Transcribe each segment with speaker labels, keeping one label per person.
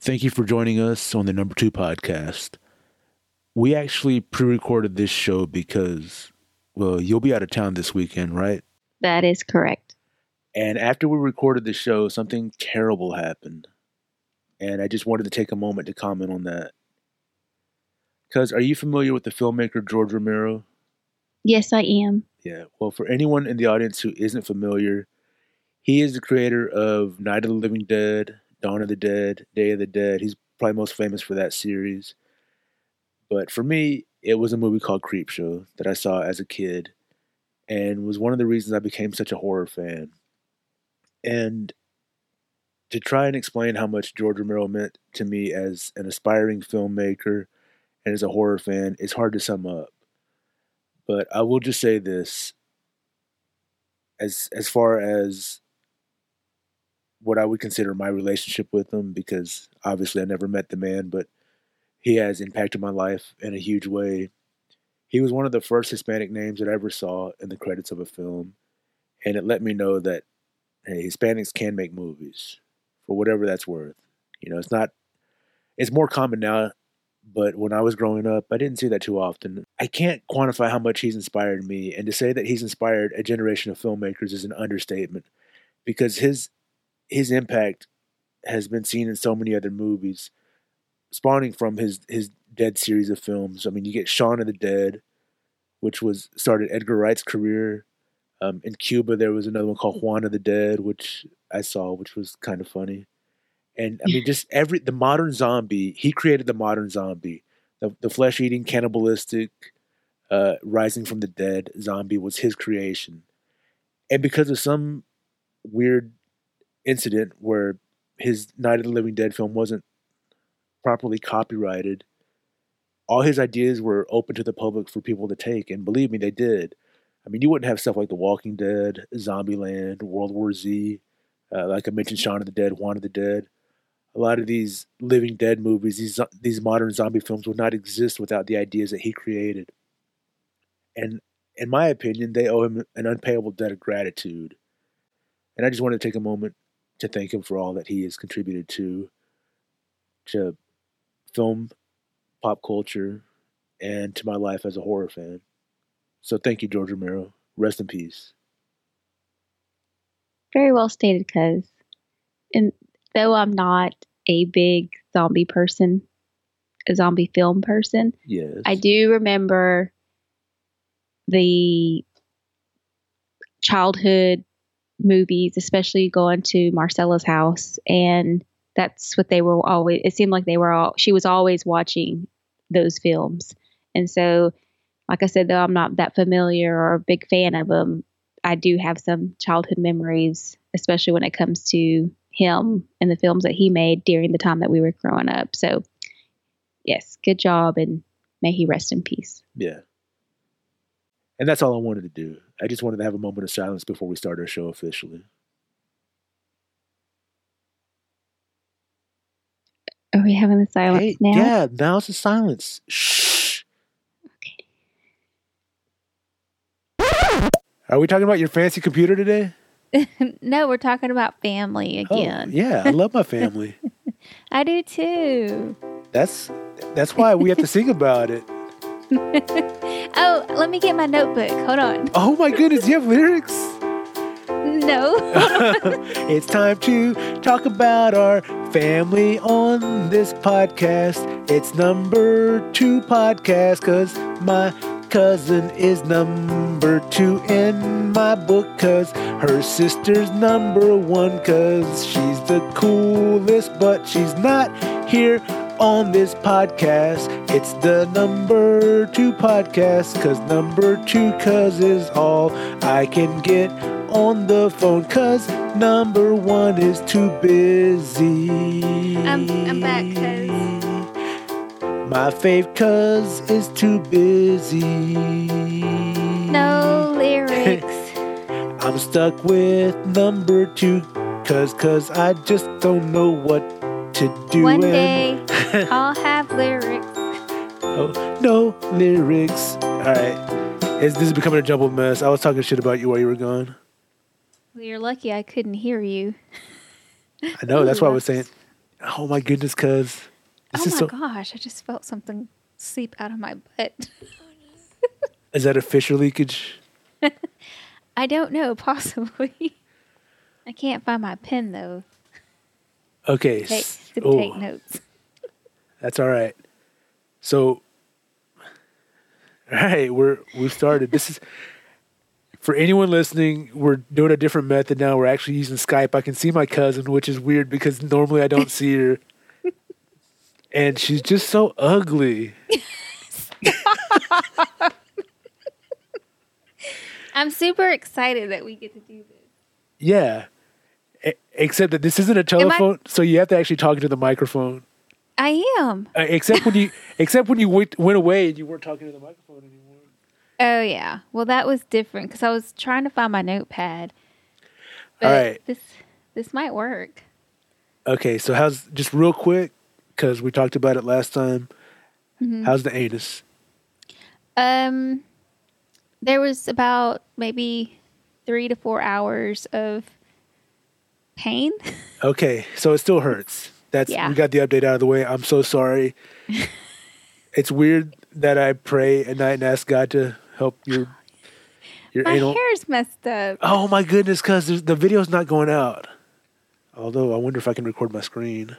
Speaker 1: Thank you for joining us on the number two podcast. We actually pre recorded this show because, well, you'll be out of town this weekend, right?
Speaker 2: That is correct.
Speaker 1: And after we recorded the show, something terrible happened. And I just wanted to take a moment to comment on that. Because are you familiar with the filmmaker George Romero?
Speaker 2: Yes, I am.
Speaker 1: Yeah. Well, for anyone in the audience who isn't familiar, he is the creator of Night of the Living Dead, Dawn of the Dead, Day of the Dead. He's probably most famous for that series. But for me, it was a movie called Creepshow that I saw as a kid and was one of the reasons I became such a horror fan. And to try and explain how much George Romero meant to me as an aspiring filmmaker and as a horror fan is hard to sum up. But I will just say this as as far as what I would consider my relationship with him because obviously I never met the man, but he has impacted my life in a huge way. He was one of the first Hispanic names that I ever saw in the credits of a film, and it let me know that hey, Hispanics can make movies for whatever that's worth. You know, it's not it's more common now, but when I was growing up, I didn't see that too often. I can't quantify how much he's inspired me, and to say that he's inspired a generation of filmmakers is an understatement because his his impact has been seen in so many other movies, spawning from his his Dead series of films. I mean, you get Shaun of the Dead, which was started Edgar Wright's career. Um, in Cuba, there was another one called Juan of the Dead, which I saw, which was kind of funny. And I mean, just every the modern zombie. He created the modern zombie, the, the flesh eating, cannibalistic, uh, rising from the dead zombie was his creation. And because of some weird incident where his Night of the Living Dead film wasn't properly copyrighted, all his ideas were open to the public for people to take, and believe me, they did. I mean, you wouldn't have stuff like The Walking Dead, Zombieland, World War Z, uh, like I mentioned, Shaun of the Dead, Juan of the Dead. A lot of these Living Dead movies, these zo- these modern zombie films, would not exist without the ideas that he created. And in my opinion, they owe him an unpayable debt of gratitude. And I just wanted to take a moment to thank him for all that he has contributed to to film, pop culture, and to my life as a horror fan. So thank you, George Romero. Rest in peace.
Speaker 2: Very well stated, cuz. And though I'm not a big zombie person, a zombie film person,
Speaker 1: Yes.
Speaker 2: I do remember the childhood movies, especially going to Marcella's house, and that's what they were always. It seemed like they were all. She was always watching those films, and so, like I said, though I'm not that familiar or a big fan of them, I do have some childhood memories, especially when it comes to him and the films that he made during the time that we were growing up. So, yes, good job, and may he rest in peace.
Speaker 1: Yeah. And that's all I wanted to do. I just wanted to have a moment of silence before we start our show officially.
Speaker 2: Are we having the silence
Speaker 1: Hey,
Speaker 2: now?
Speaker 1: yeah, now it's a silence. Shh.
Speaker 2: Okay.
Speaker 1: Are we talking about your fancy computer today?
Speaker 3: no, we're talking about family
Speaker 1: Oh,
Speaker 3: again.
Speaker 1: yeah, I love my family.
Speaker 3: I do too.
Speaker 1: that's that's why we have to sing about it.
Speaker 3: Oh, let me get my notebook. Hold on.
Speaker 1: Oh my goodness, you have lyrics.
Speaker 3: No.
Speaker 1: it's time to talk about our family on this podcast. It's number two podcast because my cousin is number two in my book because her sister's number one because she's the coolest, but she's not here on this podcast. It's the number two podcast because number two cuz is all I can get on the phone cuz number one is too busy.
Speaker 3: I'm- I'm back, cuz.
Speaker 1: My fave cuz is too busy.
Speaker 3: No lyrics.
Speaker 1: I'm stuck with number two cuz cuz I just don't know what to do.
Speaker 3: One
Speaker 1: and-
Speaker 3: day I'll have lyrics.
Speaker 1: Oh, no lyrics. All right. It's, this is becoming a jumbled mess. I was talking shit about you while you were gone.
Speaker 3: Well, you're lucky I couldn't hear you.
Speaker 1: I know. That's why I was saying Oh my goodness, cuz this
Speaker 3: oh my
Speaker 1: is so.
Speaker 3: gosh, I just felt something seep out of my butt.
Speaker 1: Is that a fisher leakage?
Speaker 3: I don't know, possibly. I can't find my pen though.
Speaker 1: Okay.
Speaker 3: Take,
Speaker 1: s-
Speaker 3: to
Speaker 1: oh,
Speaker 3: take notes.
Speaker 1: that's all right. So, all right, we're we started. This is for anyone listening. We're doing a different method now. We're actually using Skype. I can see my cousin, which is weird because normally I don't see her, and she's just so ugly.
Speaker 3: I'm super excited that we get to do this.
Speaker 1: Yeah. E- Except that this isn't a telephone, so you have to actually talk into the microphone.
Speaker 3: I am.
Speaker 1: Uh, except when you, except when you went, went away and you weren't talking to the microphone anymore.
Speaker 3: Oh yeah. Well, that was different because I was trying to find my notepad.
Speaker 1: All right.
Speaker 3: This this might work.
Speaker 1: Okay, so how's just real quick because we talked about it last time.
Speaker 3: Mm-hmm.
Speaker 1: How's the anus?
Speaker 3: Um, there was about maybe three to four hours of pain.
Speaker 1: Okay, so it still hurts. That's
Speaker 3: Yeah.
Speaker 1: we got the update out of the way. I'm so sorry. it's weird that I pray at night and ask God to help your your
Speaker 3: my
Speaker 1: anal.
Speaker 3: hair's messed up.
Speaker 1: Oh my goodness, because the video's not going out. Although I wonder if I can record my screen.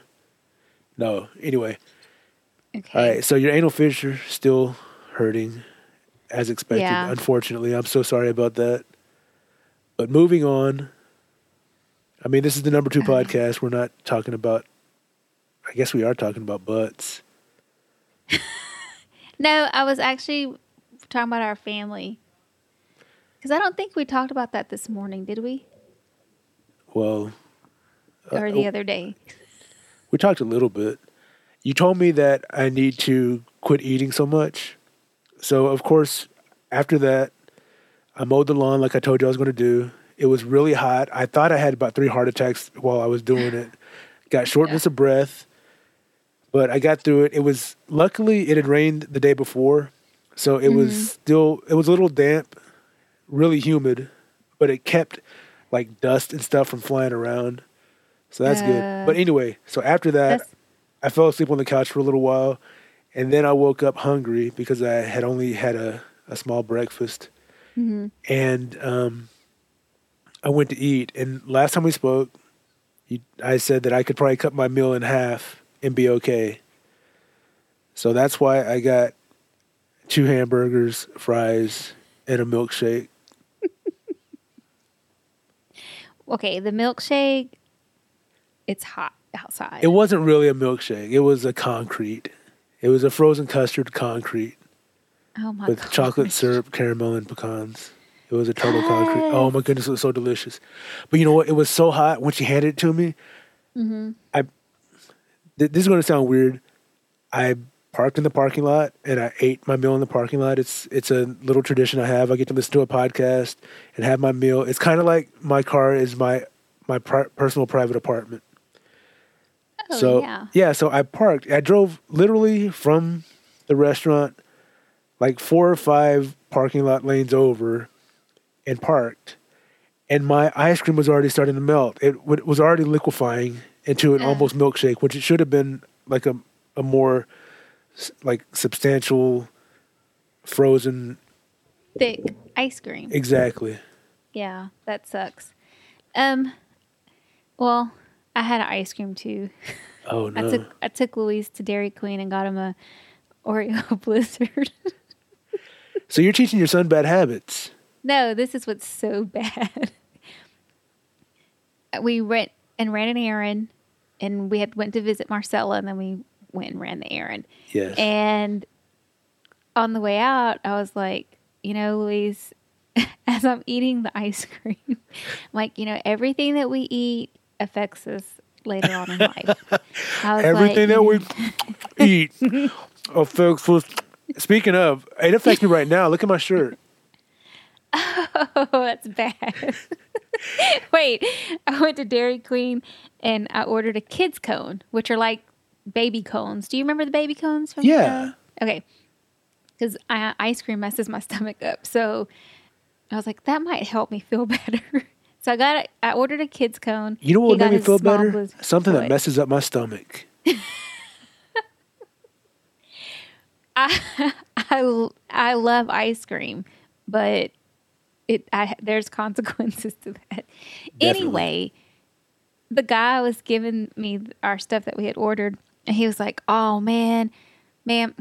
Speaker 1: No. Anyway,
Speaker 3: Okay.
Speaker 1: all right. So your anal fissure still hurting, as expected.
Speaker 3: Yeah.
Speaker 1: Unfortunately, I'm so sorry about that. But moving on. I mean, this is the number two podcast. We're not talking about. I guess we are talking about butts.
Speaker 3: No, I was actually talking about our family. Because I don't think we talked about that this morning, did we?
Speaker 1: Well,
Speaker 3: or the other day.
Speaker 1: we talked a little bit. You told me that I need to quit eating so much. So, of course, after that, I mowed the lawn like I told you I was going to do. It was really hot. I thought I had about three heart attacks while I was doing it. Got shortness of breath, but I got through it. It was luckily it had rained the day before, so it was still it was a little damp, really humid, but it kept like dust and stuff from flying around. So that's
Speaker 3: Uh,
Speaker 1: good. But anyway, so after that,
Speaker 3: That's-
Speaker 1: I fell asleep on the couch for a little while, and then I woke up hungry because I had only had a, a small breakfast. And um, I went to eat. And last time we spoke, you, I said that I could probably cut my meal in half and be okay. So that's why I got two hamburgers, fries, and a milkshake.
Speaker 3: Okay, the milkshake, it's hot outside.
Speaker 1: It wasn't really a milkshake, it was a concrete. It was a frozen custard concrete.
Speaker 3: oh my
Speaker 1: with
Speaker 3: gosh.
Speaker 1: chocolate syrup, caramel, and pecans. It was a turtle concrete. Oh my goodness, it was so delicious. But you know what? It was so hot when she handed it to me. I th- this is going to sound weird. I parked in the parking lot and I ate my meal in the parking lot. It's it's a little tradition I have. I get to listen to a podcast and have my meal. It's kind of like my car is my my pri- personal private apartment
Speaker 3: Oh,
Speaker 1: so
Speaker 3: yeah.
Speaker 1: so I parked. I drove literally from the restaurant like four or five parking lot lanes over and parked. And my ice cream was already starting to melt. It w- was already liquefying into an almost milkshake, which it should have been like a a more s- like substantial frozen
Speaker 3: Thick ice cream.
Speaker 1: exactly.
Speaker 3: Yeah, that sucks. Um, well, I had an ice cream too.
Speaker 1: Oh no.
Speaker 3: I took I took Louise to Dairy Queen and got him a Oreo Blizzard.
Speaker 1: so you're teaching your son bad habits.
Speaker 3: No, this is what's so bad. we went and ran an errand, and we had went to visit Marcella, and then we went and ran the errand.
Speaker 1: Yes.
Speaker 3: And on the way out, I was like, you know, Louise, as I'm eating the ice cream, I'm like, you know, everything that we eat affects us later on in life. I was
Speaker 1: Everything
Speaker 3: like,
Speaker 1: that we eat affects us. Speaking of, it affects me right now. Look at my shirt.
Speaker 3: Oh, that's bad. Wait, I went to Dairy Queen and I ordered a kids cone, which are like baby cones. Do you remember the baby cones from?
Speaker 1: Yeah.
Speaker 3: the- okay. Because ice cream messes my stomach up, so I was like, that might help me feel better. So I got I ordered a kids cone.
Speaker 1: You know what
Speaker 3: He
Speaker 1: would
Speaker 3: got
Speaker 1: make me
Speaker 3: his
Speaker 1: feel
Speaker 3: small
Speaker 1: better?
Speaker 3: blizzard
Speaker 1: Something
Speaker 3: toy.
Speaker 1: that messes up my stomach.
Speaker 3: I, I I love ice cream, but it I there's consequences to that.
Speaker 1: Definitely.
Speaker 3: Anyway, the guy was giving me our stuff that we had ordered, and he was like, "Oh man, ma'am,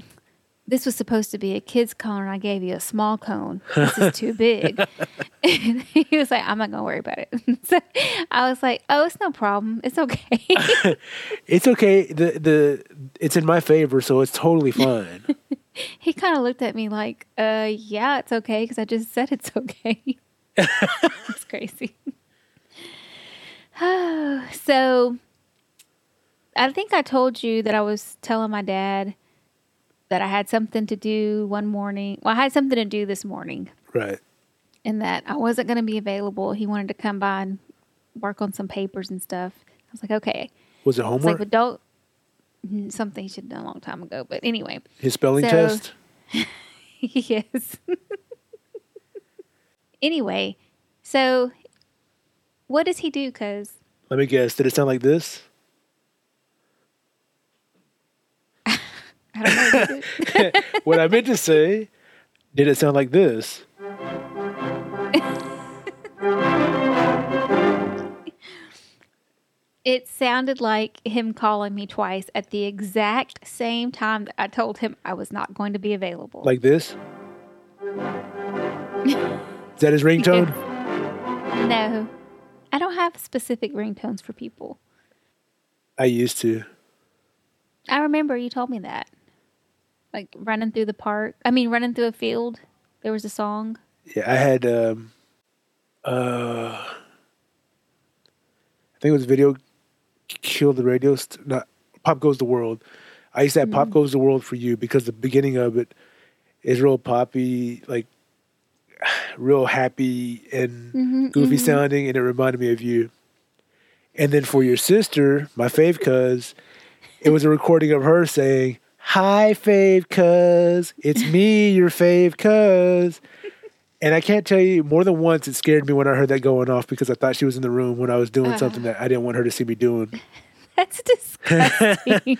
Speaker 3: this was supposed to be a kid's cone, and I gave you a small cone. This is too big." and he was like, "I'm not gonna worry about it." so I was like, "Oh, it's no problem. It's okay."
Speaker 1: It's okay. The the it's in my favor, so it's totally fine.
Speaker 3: he kind of looked at me like, uh, yeah, it's okay because I just said it's okay. it's crazy. so I think I told you that I was telling my dad that I had something to do one morning. Well, I had something to do this morning
Speaker 1: right.
Speaker 3: and that I wasn't going to be available. He wanted to come by and work on some papers and stuff. I was like, okay.
Speaker 1: Was it
Speaker 3: It's like,
Speaker 1: homework?
Speaker 3: but don't. Something he should have done a long time ago. But anyway,
Speaker 1: His spelling
Speaker 3: so-
Speaker 1: test?
Speaker 3: yes. anyway, so what does he do? Cause
Speaker 1: Let me guess. Did it sound like this?
Speaker 3: I don't know. does it-
Speaker 1: what I meant to say, did it sound like this?
Speaker 3: it sounded like him calling me twice at the exact same time that I told him I was not going to be available.
Speaker 1: Like this? Is that his ringtone?
Speaker 3: no, I don't have specific ringtones for people.
Speaker 1: I used to.
Speaker 3: I remember you told me that, like running through the park. I mean, running through a field. There was a song.
Speaker 1: Yeah, I had um uh I think it was video kill the radio st- not pop goes the world. I used to have pop goes the world for you because the beginning of it is real poppy like real happy and
Speaker 3: Mhm,
Speaker 1: goofy sounding and it reminded me of you. And then for your sister, my fave cuz, it was a recording of her saying, Hi fave cuz, it's me, your fave cuz. And I can't tell you more than once it scared me when I heard that going off because I thought she was in the room when I was
Speaker 3: Uh-huh.
Speaker 1: doing something that I didn't want her to see me doing.
Speaker 3: That's disgusting.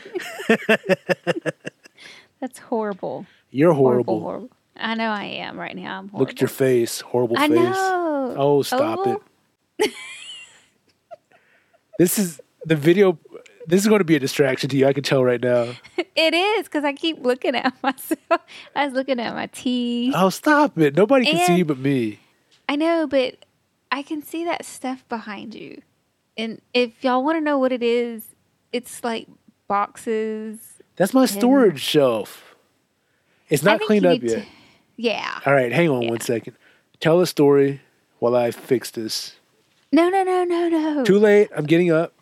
Speaker 3: That's horrible.
Speaker 1: You're horrible.
Speaker 3: horrible. I know I am right now. I'm horrible.
Speaker 1: Look at your face, horrible
Speaker 3: I
Speaker 1: face.
Speaker 3: know. Oh.
Speaker 1: Oh, stop
Speaker 3: Oval?
Speaker 1: it. This is the video this is going to be a distraction to you. I can tell right now.
Speaker 3: It is because I keep looking at myself. I was looking at my teeth.
Speaker 1: Oh, stop it. Nobody can see
Speaker 3: And-
Speaker 1: you but me.
Speaker 3: I know, but I can see that stuff behind you. And if y'all want to know what it is, it's like boxes.
Speaker 1: That's my storage shelf. It's
Speaker 3: I
Speaker 1: not
Speaker 3: think
Speaker 1: cleaned
Speaker 3: you
Speaker 1: up
Speaker 3: need
Speaker 1: yet.
Speaker 3: to- yeah.
Speaker 1: All right, hang on one second. Tell a story while I fix this.
Speaker 3: No, no, no, no, no.
Speaker 1: Too late. I'm getting up.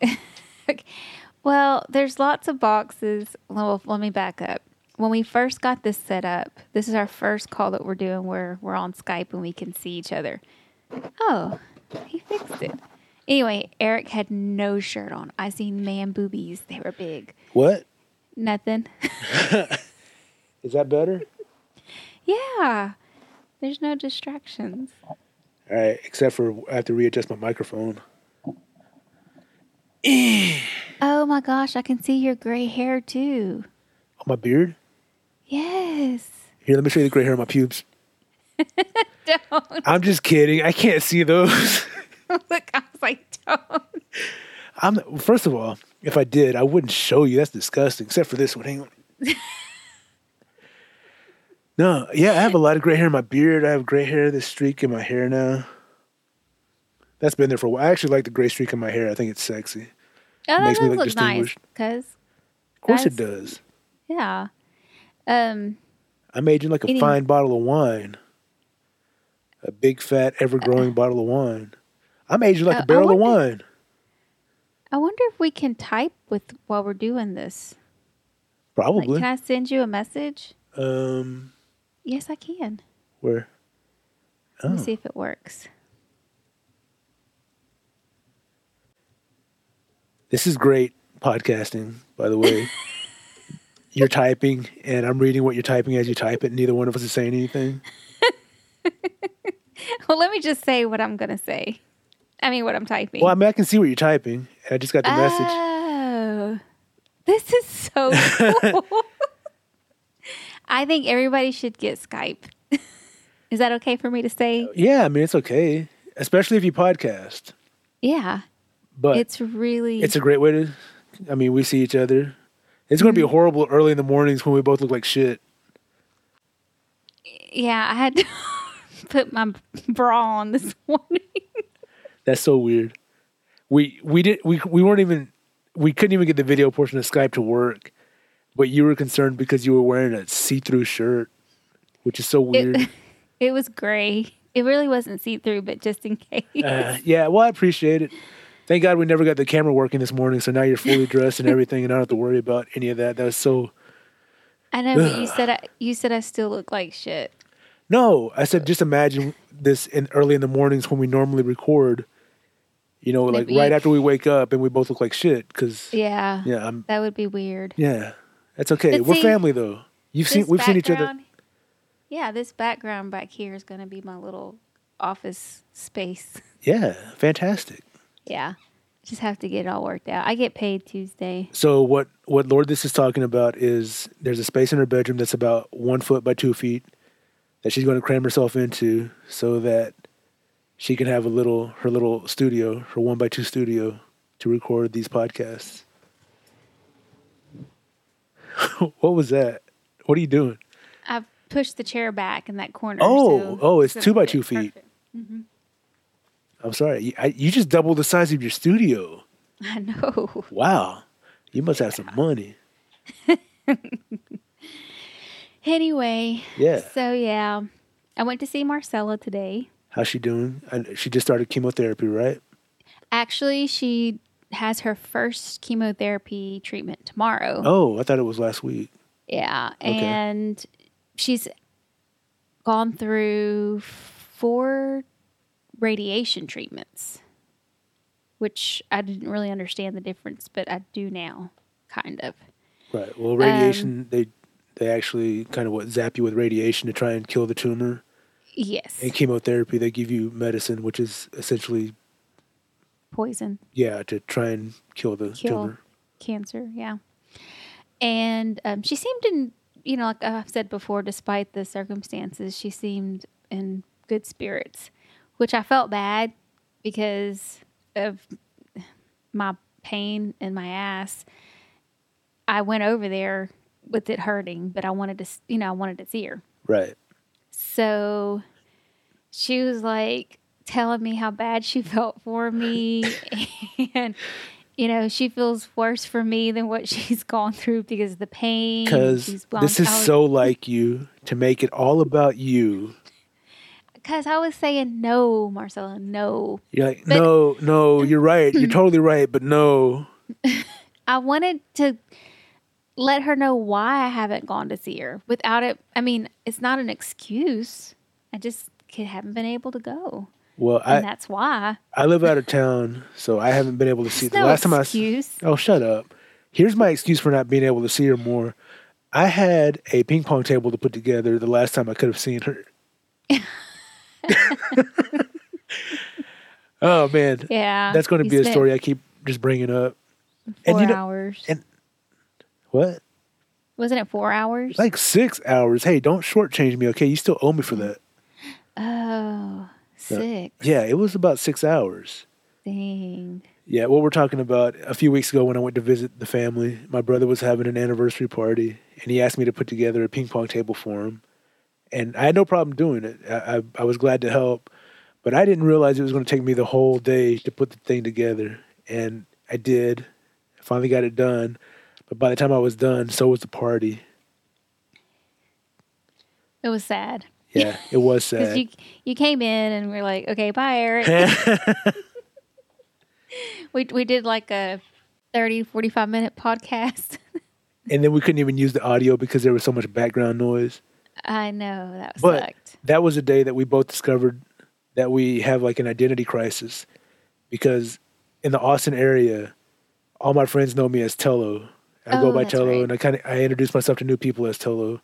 Speaker 3: Well, there's lots of boxes. Well, let me back up. When we first got this set up, this is our first call that we're doing where we're on Skype and we can see each other. Oh, he fixed it. Anyway, Eric had no shirt on. I seen man boobies. They were big.
Speaker 1: What?
Speaker 3: Nothing.
Speaker 1: Is that better?
Speaker 3: yeah. There's no distractions.
Speaker 1: All right, except for I have to readjust my microphone.
Speaker 3: Oh my gosh, I can see your gray hair too.
Speaker 1: On my beard?
Speaker 3: Yes.
Speaker 1: Here, let me show you the gray hair on my pubes.
Speaker 3: Don't.
Speaker 1: I'm just kidding. I can't see those.
Speaker 3: Look, I was like, don't.
Speaker 1: I'm first of all, if I did, I wouldn't show you. That's disgusting. Except for this one. Hang on. no, yeah, I have a lot of gray hair in my beard. I have gray hair, this streak in my hair now. That's been there for a while. I actually like the gray streak in my hair. I think it's sexy.
Speaker 3: Oh, that
Speaker 1: Makes me
Speaker 3: does
Speaker 1: look
Speaker 3: look nice.
Speaker 1: distinguished.
Speaker 3: Because
Speaker 1: Of course it
Speaker 3: That's-
Speaker 1: does.
Speaker 3: Yeah. Um,
Speaker 1: I'm aging like a
Speaker 3: Anyway.
Speaker 1: fine bottle of wine. A big fat ever growing bottle of wine. I'm aging like
Speaker 3: Uh,
Speaker 1: a
Speaker 3: I
Speaker 1: barrel of wine.
Speaker 3: wonder- I wonder if we can type with while we're doing this. Like,
Speaker 1: Probably.
Speaker 3: can I send you a message?
Speaker 1: um
Speaker 3: Yes, I can.
Speaker 1: where
Speaker 3: Let me
Speaker 1: Oh.
Speaker 3: see if it works.
Speaker 1: This is great podcasting, by the way. you're typing, and I'm reading what you're typing as you type it. and Neither one of us is saying anything.
Speaker 3: Well, let me just say what I'm gonna say. I mean, what I'm typing.
Speaker 1: Well, I mean, I can see what you're typing. I just
Speaker 3: Uh,
Speaker 1: got the message.
Speaker 3: Oh, this is so cool. I think everybody should get Skype. is that okay for me to say?
Speaker 1: Yeah, I mean, it's okay, especially if you podcast.
Speaker 3: Yeah,
Speaker 1: But it's,
Speaker 3: it's really.
Speaker 1: a great way to. I mean, we see each other. It's going to
Speaker 3: Mm-hmm.
Speaker 1: be horrible early in the mornings when we both look like shit.
Speaker 3: yeah, I had to put my bra on this morning.
Speaker 1: That's so weird. We we did we we weren't even we couldn't even get the video portion of Skype to work, but you were concerned because you were wearing a see-through shirt, which is so weird.
Speaker 3: It, it was gray. It really wasn't see through, but just in case.
Speaker 1: Uh, yeah, well, I appreciate it. Thank God we never got the camera working this morning, so now you're fully dressed and everything, and I don't have to worry about any of that. That was so.
Speaker 3: I know, but you said I, you said I still look like shit.
Speaker 1: No, I said just imagine this in early in the mornings when we normally record. You know, like
Speaker 3: Maybe-
Speaker 1: right after we wake up, and we both look like shit. Because yeah.
Speaker 3: Yeah,
Speaker 1: I'm
Speaker 3: that would be weird.
Speaker 1: yeah, that's okay.
Speaker 3: But
Speaker 1: We're
Speaker 3: see,
Speaker 1: family though. You've seen
Speaker 3: This
Speaker 1: we've seen each other.
Speaker 3: background- Yeah, this background back here is going to be my little office space.
Speaker 1: Yeah, fantastic.
Speaker 3: Yeah, just have to get it all worked out. I get paid Tuesday.
Speaker 1: So what what Lord this is talking about is there's a space in her bedroom that's about one foot by two feet that she's going to cram herself into so that she can have a little her little studio her one by two studio to record these podcasts. what was that? What are you doing?
Speaker 3: I've pushed the chair back in that corner.
Speaker 1: Oh,
Speaker 3: so-
Speaker 1: oh, it's
Speaker 3: so
Speaker 1: two by
Speaker 3: it's
Speaker 1: two feet.
Speaker 3: perfect.
Speaker 1: I'm sorry, you, I, you just doubled the size of your studio.
Speaker 3: I know.
Speaker 1: Wow, you must have some money.
Speaker 3: Anyway,
Speaker 1: Yeah,
Speaker 3: so yeah, I went to see Marcella today.
Speaker 1: how's she doing? And she just started chemotherapy, right?
Speaker 3: Actually, she has her first chemotherapy treatment tomorrow.
Speaker 1: Oh, I thought it was last week.
Speaker 3: Yeah.
Speaker 1: Okay.
Speaker 3: And she's gone through four radiation treatments, which I didn't really understand the difference, but I do now, kind of.
Speaker 1: Right.
Speaker 3: Um,
Speaker 1: Well, radiation they they actually kind of what zap you with radiation to try and kill the tumor.
Speaker 3: Yes.
Speaker 1: And chemotherapy they give you medicine, which is essentially
Speaker 3: Poison,
Speaker 1: yeah to try and kill the
Speaker 3: Kill.
Speaker 1: tumor.
Speaker 3: cancer. Yeah. And um, she seemed in, you know, like I've said before, despite the circumstances, she seemed in good spirits, which I felt bad because of my pain in my ass. I went over there with it hurting, but I wanted to, s- you know, I wanted to see her.
Speaker 1: Right.
Speaker 3: So she was like telling me how bad she felt for me. and, you know, she feels worse for me than what she's gone through because of the pain.
Speaker 1: Because this is so like you to make it all about you.
Speaker 3: Because I was saying, no, Marcella, no.
Speaker 1: You're like,
Speaker 3: But-
Speaker 1: no, no, you're right. You're totally right, but no.
Speaker 3: I wanted to let her know why I haven't gone to see her without it. I mean, it's not an excuse. I just c- haven't been able to go.
Speaker 1: Well,
Speaker 3: And
Speaker 1: I,
Speaker 3: that's why.
Speaker 1: I live out of town, so I haven't been able to see
Speaker 3: It's
Speaker 1: the
Speaker 3: no
Speaker 1: last time I s-
Speaker 3: excuse.
Speaker 1: Oh, shut up. Here's my excuse for not being able to see her more. I had a ping pong table to put together the last time I could have seen her. oh, man.
Speaker 3: yeah.
Speaker 1: That's going to
Speaker 3: you
Speaker 1: be a
Speaker 3: spent
Speaker 1: story I keep just bringing up. And
Speaker 3: Four
Speaker 1: you know-
Speaker 3: hours.
Speaker 1: and- What?
Speaker 3: Wasn't it four hours?
Speaker 1: Like six hours. Hey, don't shortchange me, okay? You still owe me for that.
Speaker 3: oh, six.
Speaker 1: Yeah, it was about six hours.
Speaker 3: Dang.
Speaker 1: Yeah, what we're talking about a few weeks ago when I went to visit the family, my brother was having an anniversary party and he asked me to put together a ping pong table for him. And I had no problem doing it. I, I, I was glad to help, but I didn't realize it was going to take me the whole day to put the thing together. And I did. I finally got it done. But by the time I was done, so was the party.
Speaker 3: It was sad
Speaker 1: Yeah, it was
Speaker 3: because
Speaker 1: sad.
Speaker 3: you you came in and we are like, okay, bye, Eric. we we did like a 30, 45 minute podcast.
Speaker 1: and then we couldn't even use the audio because there was so much background noise.
Speaker 3: I know that
Speaker 1: But-
Speaker 3: sucked.
Speaker 1: that was a day that we both discovered that we have like an identity crisis because in the Austin area, all my friends know me as Tello. I go
Speaker 3: Oh,
Speaker 1: by
Speaker 3: that's
Speaker 1: Tello,
Speaker 3: right.
Speaker 1: and I kind of I introduce myself to new people as Tello.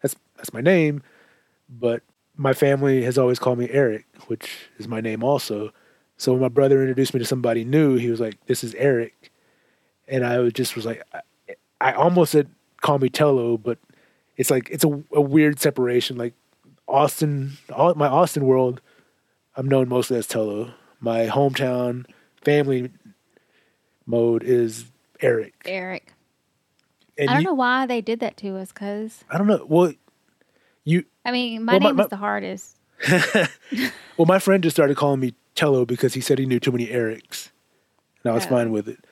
Speaker 1: That's that's my name, but my family has always called me Eric, which is my name also. So when my brother introduced me to somebody new, he was like, "This is Eric," and I was just was like, I, I almost said "Call me Tello," but it's like it's a, a weird separation. Like Austin, all, my Austin world, I'm known mostly as Tello. My hometown family mode is Eric.
Speaker 3: Eric.
Speaker 1: And
Speaker 3: I don't
Speaker 1: you-
Speaker 3: know why they did that to us, cause
Speaker 1: I don't know. Well, you
Speaker 3: I mean, my
Speaker 1: Well, my-
Speaker 3: name
Speaker 1: my-
Speaker 3: is the hardest.
Speaker 1: Well, my friend just started calling me Tello because he said he knew too many Erics, and I was
Speaker 3: Oh.
Speaker 1: fine with it.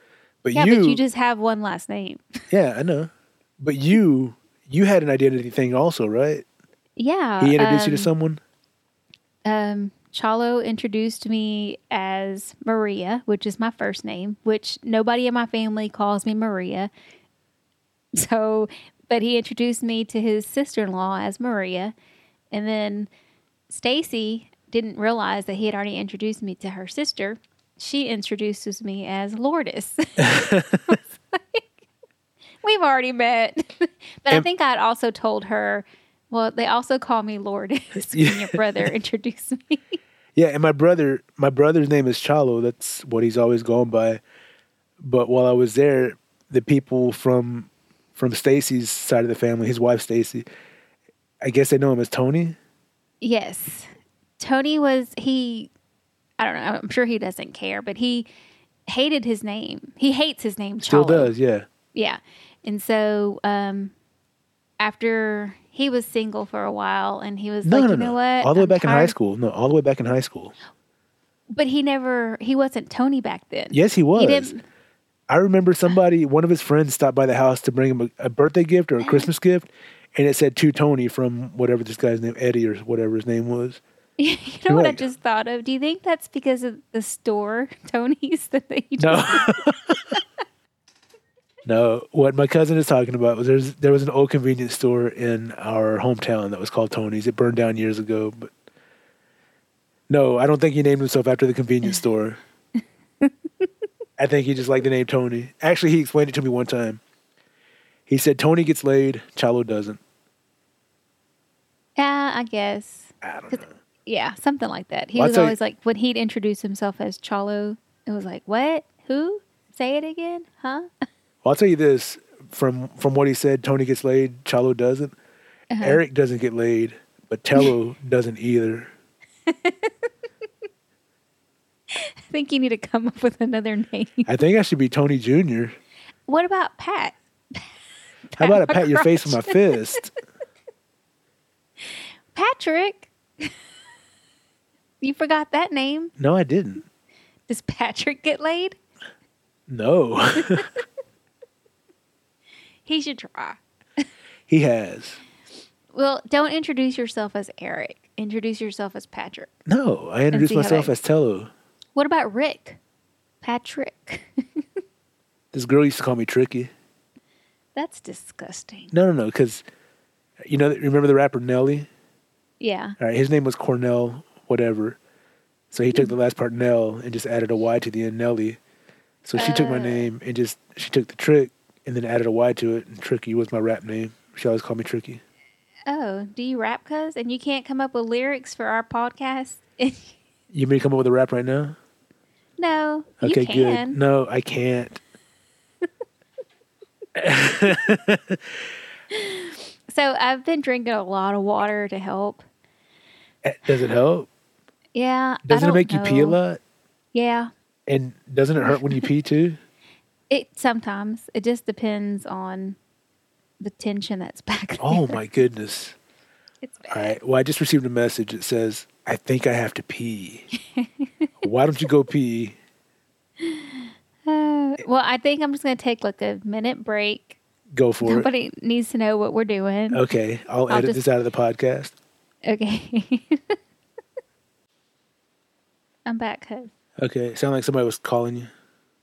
Speaker 1: But
Speaker 3: Yeah,
Speaker 1: you,
Speaker 3: but you just have one last name.
Speaker 1: yeah, I know. But you, you had an identity thing also, right?
Speaker 3: Yeah.
Speaker 1: He introduced you to
Speaker 3: um,
Speaker 1: someone.
Speaker 3: um, Chalo introduced me as Maria, which is my first name, which nobody in my family calls me Maria. So, but he introduced me to his sister in law as Maria. And then Stacy didn't realize that he had already introduced me to her sister. She introduces me as Lourdes. I was like, We've already met. but I
Speaker 1: And-
Speaker 3: think I'd also told her, well, they also call me Lourdes when
Speaker 1: Yeah.
Speaker 3: your brother introduced me.
Speaker 1: Yeah, and my brother, my brother's name is Chalo. That's what he's always going by. But while I was there, the people from from Stacy's side of the family, his wife Stacy, I guess they know him as Tony.
Speaker 3: Yes. Tony was he I don't know, I'm sure he doesn't care, but he hated his name. He hates his name
Speaker 1: Still
Speaker 3: Chalo.
Speaker 1: does, yeah.
Speaker 3: Yeah. And so um after he was single for a while and he was
Speaker 1: No,
Speaker 3: like,
Speaker 1: no,
Speaker 3: you
Speaker 1: no.
Speaker 3: know what?
Speaker 1: All the way
Speaker 3: I'm
Speaker 1: back in high
Speaker 3: tired-"
Speaker 1: school. No, all the way back in high school.
Speaker 3: But he never he wasn't Tony back then.
Speaker 1: Yes, he was.
Speaker 3: He didn't
Speaker 1: I remember somebody, one of his friends, stopped by the house to bring him a, a birthday gift or a Christmas gift, and it said to Tony from whatever this guy's name, Eddie or whatever his name was.
Speaker 3: you know what I
Speaker 1: Right.
Speaker 3: just thought of? Do you think that's because of the store Tony's that they just
Speaker 1: No, no. What my cousin is talking about was there's there was an old convenience store in our hometown that was called Tony's. It burned down years ago, but no, I don't think he named himself after the convenience store. I think he just liked the name Tony. Actually, he explained it to me one time. He said Tony gets laid, Chalo doesn't.
Speaker 3: Yeah, I guess.
Speaker 1: I don't know.
Speaker 3: Yeah, something like that. He
Speaker 1: Well, I
Speaker 3: was
Speaker 1: tell you-
Speaker 3: always like when he'd introduce himself as Chalo, it was like, "What? Who? Say it again? Huh?"
Speaker 1: Well, I'll tell you this from from what he said. Tony gets laid. Chalo doesn't. Eric doesn't get laid, but Tello doesn't either.
Speaker 3: I think you need to come up with another name.
Speaker 1: I think I should be Tony Junior.
Speaker 3: What about Pat?
Speaker 1: How about I pat your face with my fist?
Speaker 3: Patrick. you forgot that name.
Speaker 1: No, I didn't.
Speaker 3: Does Patrick get laid?
Speaker 1: No,
Speaker 3: He should try.
Speaker 1: he has.
Speaker 3: Well, don't introduce yourself as Eric. Introduce yourself as Patrick.
Speaker 1: No, I introduced
Speaker 3: see how
Speaker 1: myself
Speaker 3: that-
Speaker 1: as Tello.
Speaker 3: What about Rick? Patrick.
Speaker 1: This girl used to call me Tricky.
Speaker 3: That's disgusting.
Speaker 1: No, no, no, because you know, remember the rapper Nelly?
Speaker 3: Yeah.
Speaker 1: All right, his name was Cornell, whatever. So he took the last part Nell and just added a Y to the end Nelly. So she took my
Speaker 3: Uh.
Speaker 1: name and just she took the trick and then added a Y to it and Tricky was my rap name. She always called me Tricky.
Speaker 3: Oh, do you rap, cuz? And you can't come up with lyrics for our podcast?
Speaker 1: You may come up with a rap right now?
Speaker 3: no,
Speaker 1: Okay,
Speaker 3: you can.
Speaker 1: good. No, I can't.
Speaker 3: So I've been drinking a lot of water to help.
Speaker 1: Eh, Does it help?
Speaker 3: Yeah. I
Speaker 1: Doesn't it
Speaker 3: don't
Speaker 1: make you pee a
Speaker 3: know.
Speaker 1: lot?
Speaker 3: Yeah.
Speaker 1: And doesn't it hurt when you pee too?
Speaker 3: It sometimes it just depends on the tension that's back there.
Speaker 1: Oh my goodness.
Speaker 3: It's bad.
Speaker 1: All right. Well, I just received a message that says, I think I have to pee. Why don't you go pee?
Speaker 3: Uh, well, I think I'm just going to take like a minute break.
Speaker 1: Go for Oh. it.
Speaker 3: Nobody needs to know what we're doing.
Speaker 1: Okay, I'll,
Speaker 3: I'll
Speaker 1: edit
Speaker 3: just-
Speaker 1: this out of the podcast.
Speaker 3: Okay. I'm back. Cause
Speaker 1: Okay, sound like somebody was calling you.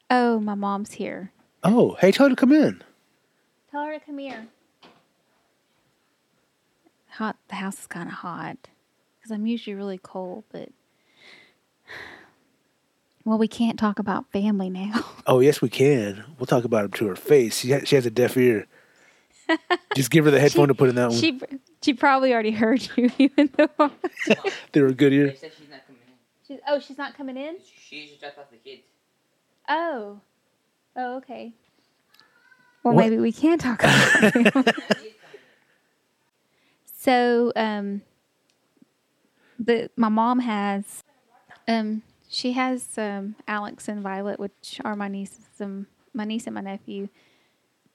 Speaker 3: oh, my mom's here.
Speaker 1: Oh, hey, tell her to come in.
Speaker 3: Tell her to come here. Hot. The house is kind of hot because I'm usually really cold, but well, we can't talk about family now.
Speaker 1: Oh, yes, we can. We'll talk about it to her face. She, ha- she has a deaf ear. Just give her the headphone to put in that one.
Speaker 3: she she probably already heard you, even though
Speaker 1: They're a good ear.
Speaker 4: They said she's not coming in.
Speaker 3: she She's oh, she's not coming in.
Speaker 4: She just dropped off the kids.
Speaker 3: Oh, oh, okay. Well,
Speaker 1: What-
Speaker 3: maybe we can talk about it. so, um, the my mom has, um, she has um, Alex and Violet, which are my nieces, and my niece and my nephew,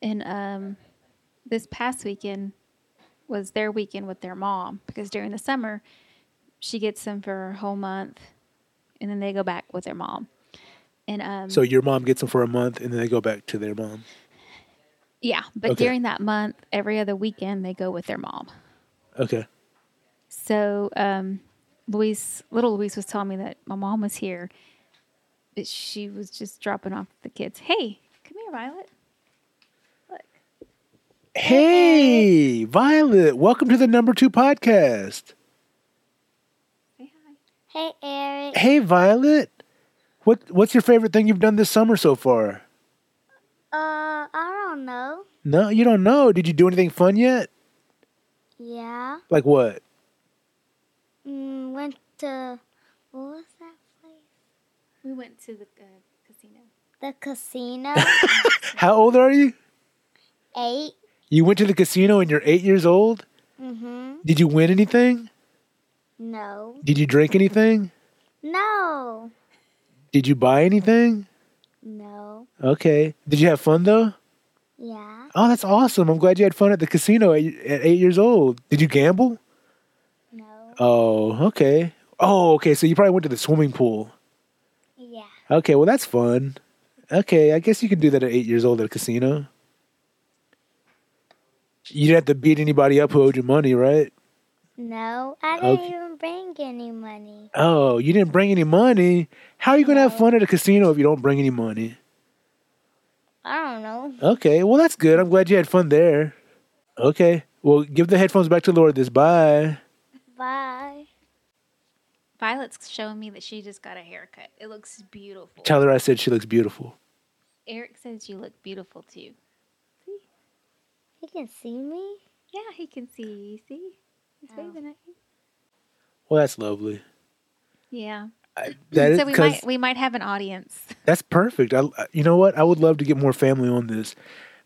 Speaker 3: and um, this past weekend was their weekend with their mom because during the summer she gets them for a whole month, and then they go back with their mom. And um,
Speaker 1: So your mom gets them for a month, and then they go back to their mom.
Speaker 3: Yeah, but
Speaker 1: Okay.
Speaker 3: during that month, every other weekend, they go with their mom.
Speaker 1: Okay.
Speaker 3: So, um, Luis, little Luis was telling me that my mom was here, but she was just dropping off the kids. Hey, come here, Violet. Look.
Speaker 1: Hey, Violet, welcome to the number two podcast.
Speaker 3: Say hi.
Speaker 5: Hey, Eric.
Speaker 1: Hey, Violet, what what's your favorite thing you've done this summer so far?
Speaker 5: Uh, I don't know.
Speaker 1: No, you don't know. Did you do anything fun yet?
Speaker 5: Yeah.
Speaker 1: Like what?
Speaker 5: Mm, went to, what was that place?
Speaker 3: We went to the uh, casino.
Speaker 5: The casino.
Speaker 1: How old are you?
Speaker 5: Eight.
Speaker 1: You went to the casino and you're eight years old.
Speaker 5: Mm-hmm.
Speaker 1: Did you win anything?
Speaker 5: No.
Speaker 1: Did you drink anything?
Speaker 5: No.
Speaker 1: Did you buy anything?
Speaker 5: No.
Speaker 1: Okay. Did you have fun though?
Speaker 5: Yeah.
Speaker 1: Oh, that's awesome. I'm glad you had fun at the casino at, at eight years old. Did you gamble?
Speaker 5: No.
Speaker 1: Oh, okay. Oh, okay. So you probably went to the swimming pool.
Speaker 5: Yeah.
Speaker 1: Okay, well that's fun. Okay, I guess you can do that at eight years old at a casino. You'd have to beat anybody up who owed you money, right?
Speaker 5: No. I didn't
Speaker 1: Okay.
Speaker 5: even bring any money.
Speaker 1: Oh, you didn't bring any money. How are you gonna have fun at a casino if you don't bring any money?
Speaker 5: I don't know.
Speaker 1: Okay, well that's good. I'm glad you had fun there. Okay. Well give the headphones back to Lourdes. Bye.
Speaker 5: Bye.
Speaker 3: Violet's showing me that she just got a haircut. It looks beautiful.
Speaker 1: Tell her I said she looks beautiful.
Speaker 3: Eric says you look beautiful too.
Speaker 5: You can see me?
Speaker 3: Yeah, he can see. you. See, he's
Speaker 5: Oh.
Speaker 3: waving at you.
Speaker 1: Well that's lovely.
Speaker 3: Yeah.
Speaker 1: I, that is
Speaker 3: so we
Speaker 1: 'cause-
Speaker 3: might we might have an audience.
Speaker 1: That's perfect. I, you know what? I would love to get more family on this,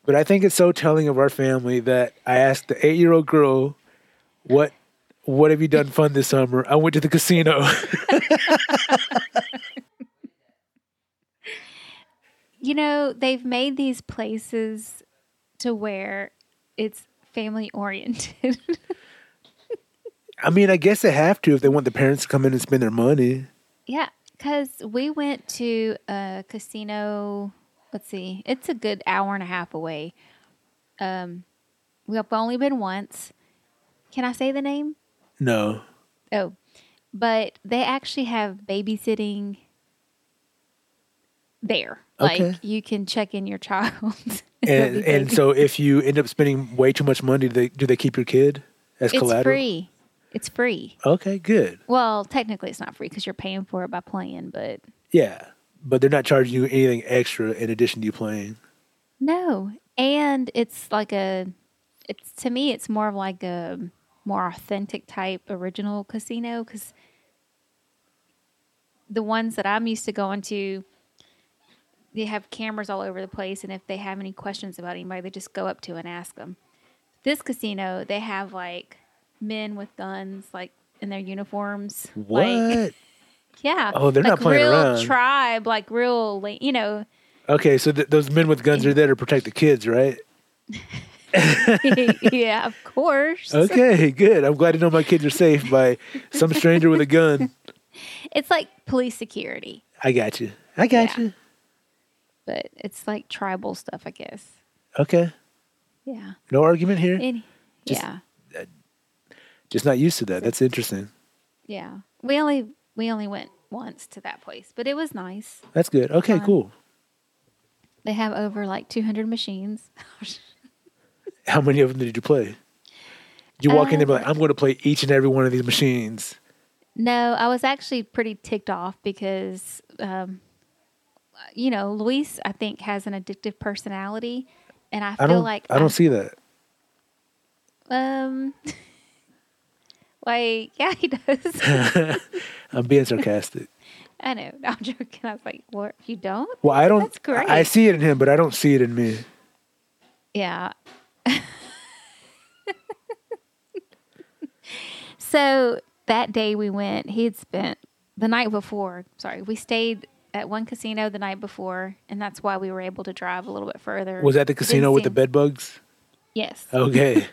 Speaker 1: but I think it's so telling of our family that I asked the eight-year-old girl, "What, what have you done fun this summer?" I went to the casino.
Speaker 3: you know they've made these places to where it's family oriented
Speaker 1: I mean, I guess they have to if they want the parents to come in and spend their money.
Speaker 3: yeah because we went to a casino let's see it's a good hour and a half away um we've only been once can i say the name
Speaker 1: No,
Speaker 3: oh but they actually have babysitting there like
Speaker 1: Okay.
Speaker 3: you can check in your child
Speaker 1: and
Speaker 3: They'll be
Speaker 1: and so if you end up spending way too much money, do they do they keep your kid as
Speaker 3: it's
Speaker 1: collateral?
Speaker 3: free it's free
Speaker 1: Okay, good.
Speaker 3: Well, technically, it's not free because you're paying for it by playing, but
Speaker 1: Yeah, but they're not charging you anything extra in addition to you playing.
Speaker 3: no. And it's like a, it's to me, it's more of like a more authentic type original casino because the ones that I'm used to going to, they have cameras all over the place, and if they have any questions about anybody, they just go up to and ask them. This casino, they have like men with guns, like in their uniforms.
Speaker 1: What?
Speaker 3: Like, yeah.
Speaker 1: Oh, they're not
Speaker 3: like
Speaker 1: playing
Speaker 3: real
Speaker 1: around.
Speaker 3: tribe, like real, la- you know,
Speaker 1: Okay, so th- those men with guns are there to protect the kids, right?
Speaker 3: yeah, of course.
Speaker 1: Okay, good. I'm glad to know my kids are safe by some stranger with a gun.
Speaker 3: It's like police security,
Speaker 1: I got you. I got
Speaker 3: Yeah.
Speaker 1: you.
Speaker 3: but it's like tribal stuff, I guess.
Speaker 1: Okay.
Speaker 3: Yeah.
Speaker 1: No argument here.
Speaker 3: Any-
Speaker 1: Just-
Speaker 3: yeah.
Speaker 1: Just not used to that. That's interesting.
Speaker 3: Yeah. We only we only went once to that place, but it was nice.
Speaker 1: That's good. Okay,
Speaker 3: Fun.
Speaker 1: cool.
Speaker 3: They have over like 200 machines.
Speaker 1: How many of them did you play? You walk in there and be like,
Speaker 3: Um,
Speaker 1: I'm going to play each and every one of these machines.
Speaker 3: No, I was actually pretty ticked off because, um, you know, Luis, I think, has an addictive personality, and I
Speaker 1: I
Speaker 3: feel
Speaker 1: don't.
Speaker 3: like
Speaker 1: I don't see that.
Speaker 3: Um, like yeah, he does.
Speaker 1: I'm being sarcastic.
Speaker 3: I know. I'm joking. I was like, what? You don't?
Speaker 1: Well, I don't.
Speaker 3: That's great.
Speaker 1: I I see it in him, but I don't see it in me.
Speaker 3: Yeah. so that day we went, he had spent the night before, sorry, we stayed at one casino the night before, and that's why we were able to drive a little bit further.
Speaker 1: Was that the casino with the bed
Speaker 3: bed?
Speaker 1: bugs?
Speaker 3: Yes.
Speaker 1: Okay.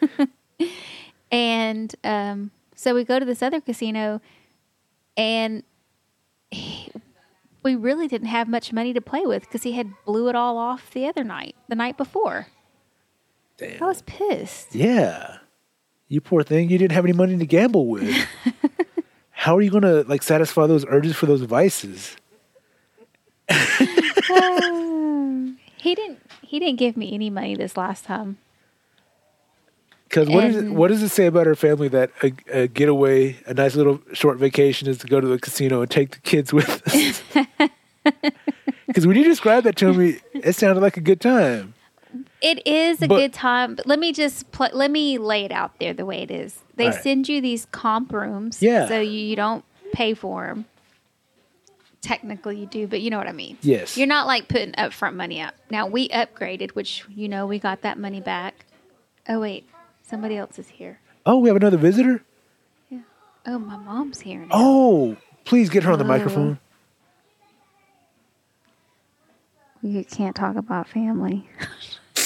Speaker 3: And um, so we go to this other casino, and he- we really didn't have much money to play with because he had blew it all off the other night, the night before. I
Speaker 1: Damn.
Speaker 3: was pissed.
Speaker 1: Yeah. You poor thing. You didn't have any money to gamble with. How are you gonna like satisfy those urges for those vices?
Speaker 3: He didn't. He didn't give me any money this last time.
Speaker 1: Because what is it,
Speaker 3: And-
Speaker 1: what does it say about her family that a, a getaway, a nice little short vacation, is to go to the casino and take the kids with us? Because when you described that to me, it sounded like a good time.
Speaker 3: It is a
Speaker 1: But-
Speaker 3: good time, but let me just pl- let me lay it out there the way it is. They
Speaker 1: All right.
Speaker 3: send you these comp rooms,
Speaker 1: Yeah.
Speaker 3: so you, you don't pay for them. Technically, you do, but you know what I mean.
Speaker 1: Yes.
Speaker 3: You're not like putting upfront money up. Now we upgraded, which you know we got that money back. Oh wait, somebody else is here.
Speaker 1: Oh, we have another visitor.
Speaker 3: Oh, my mom's here. Now.
Speaker 1: Oh, please get her on the
Speaker 3: Oh.
Speaker 1: microphone.
Speaker 3: You can't talk about family.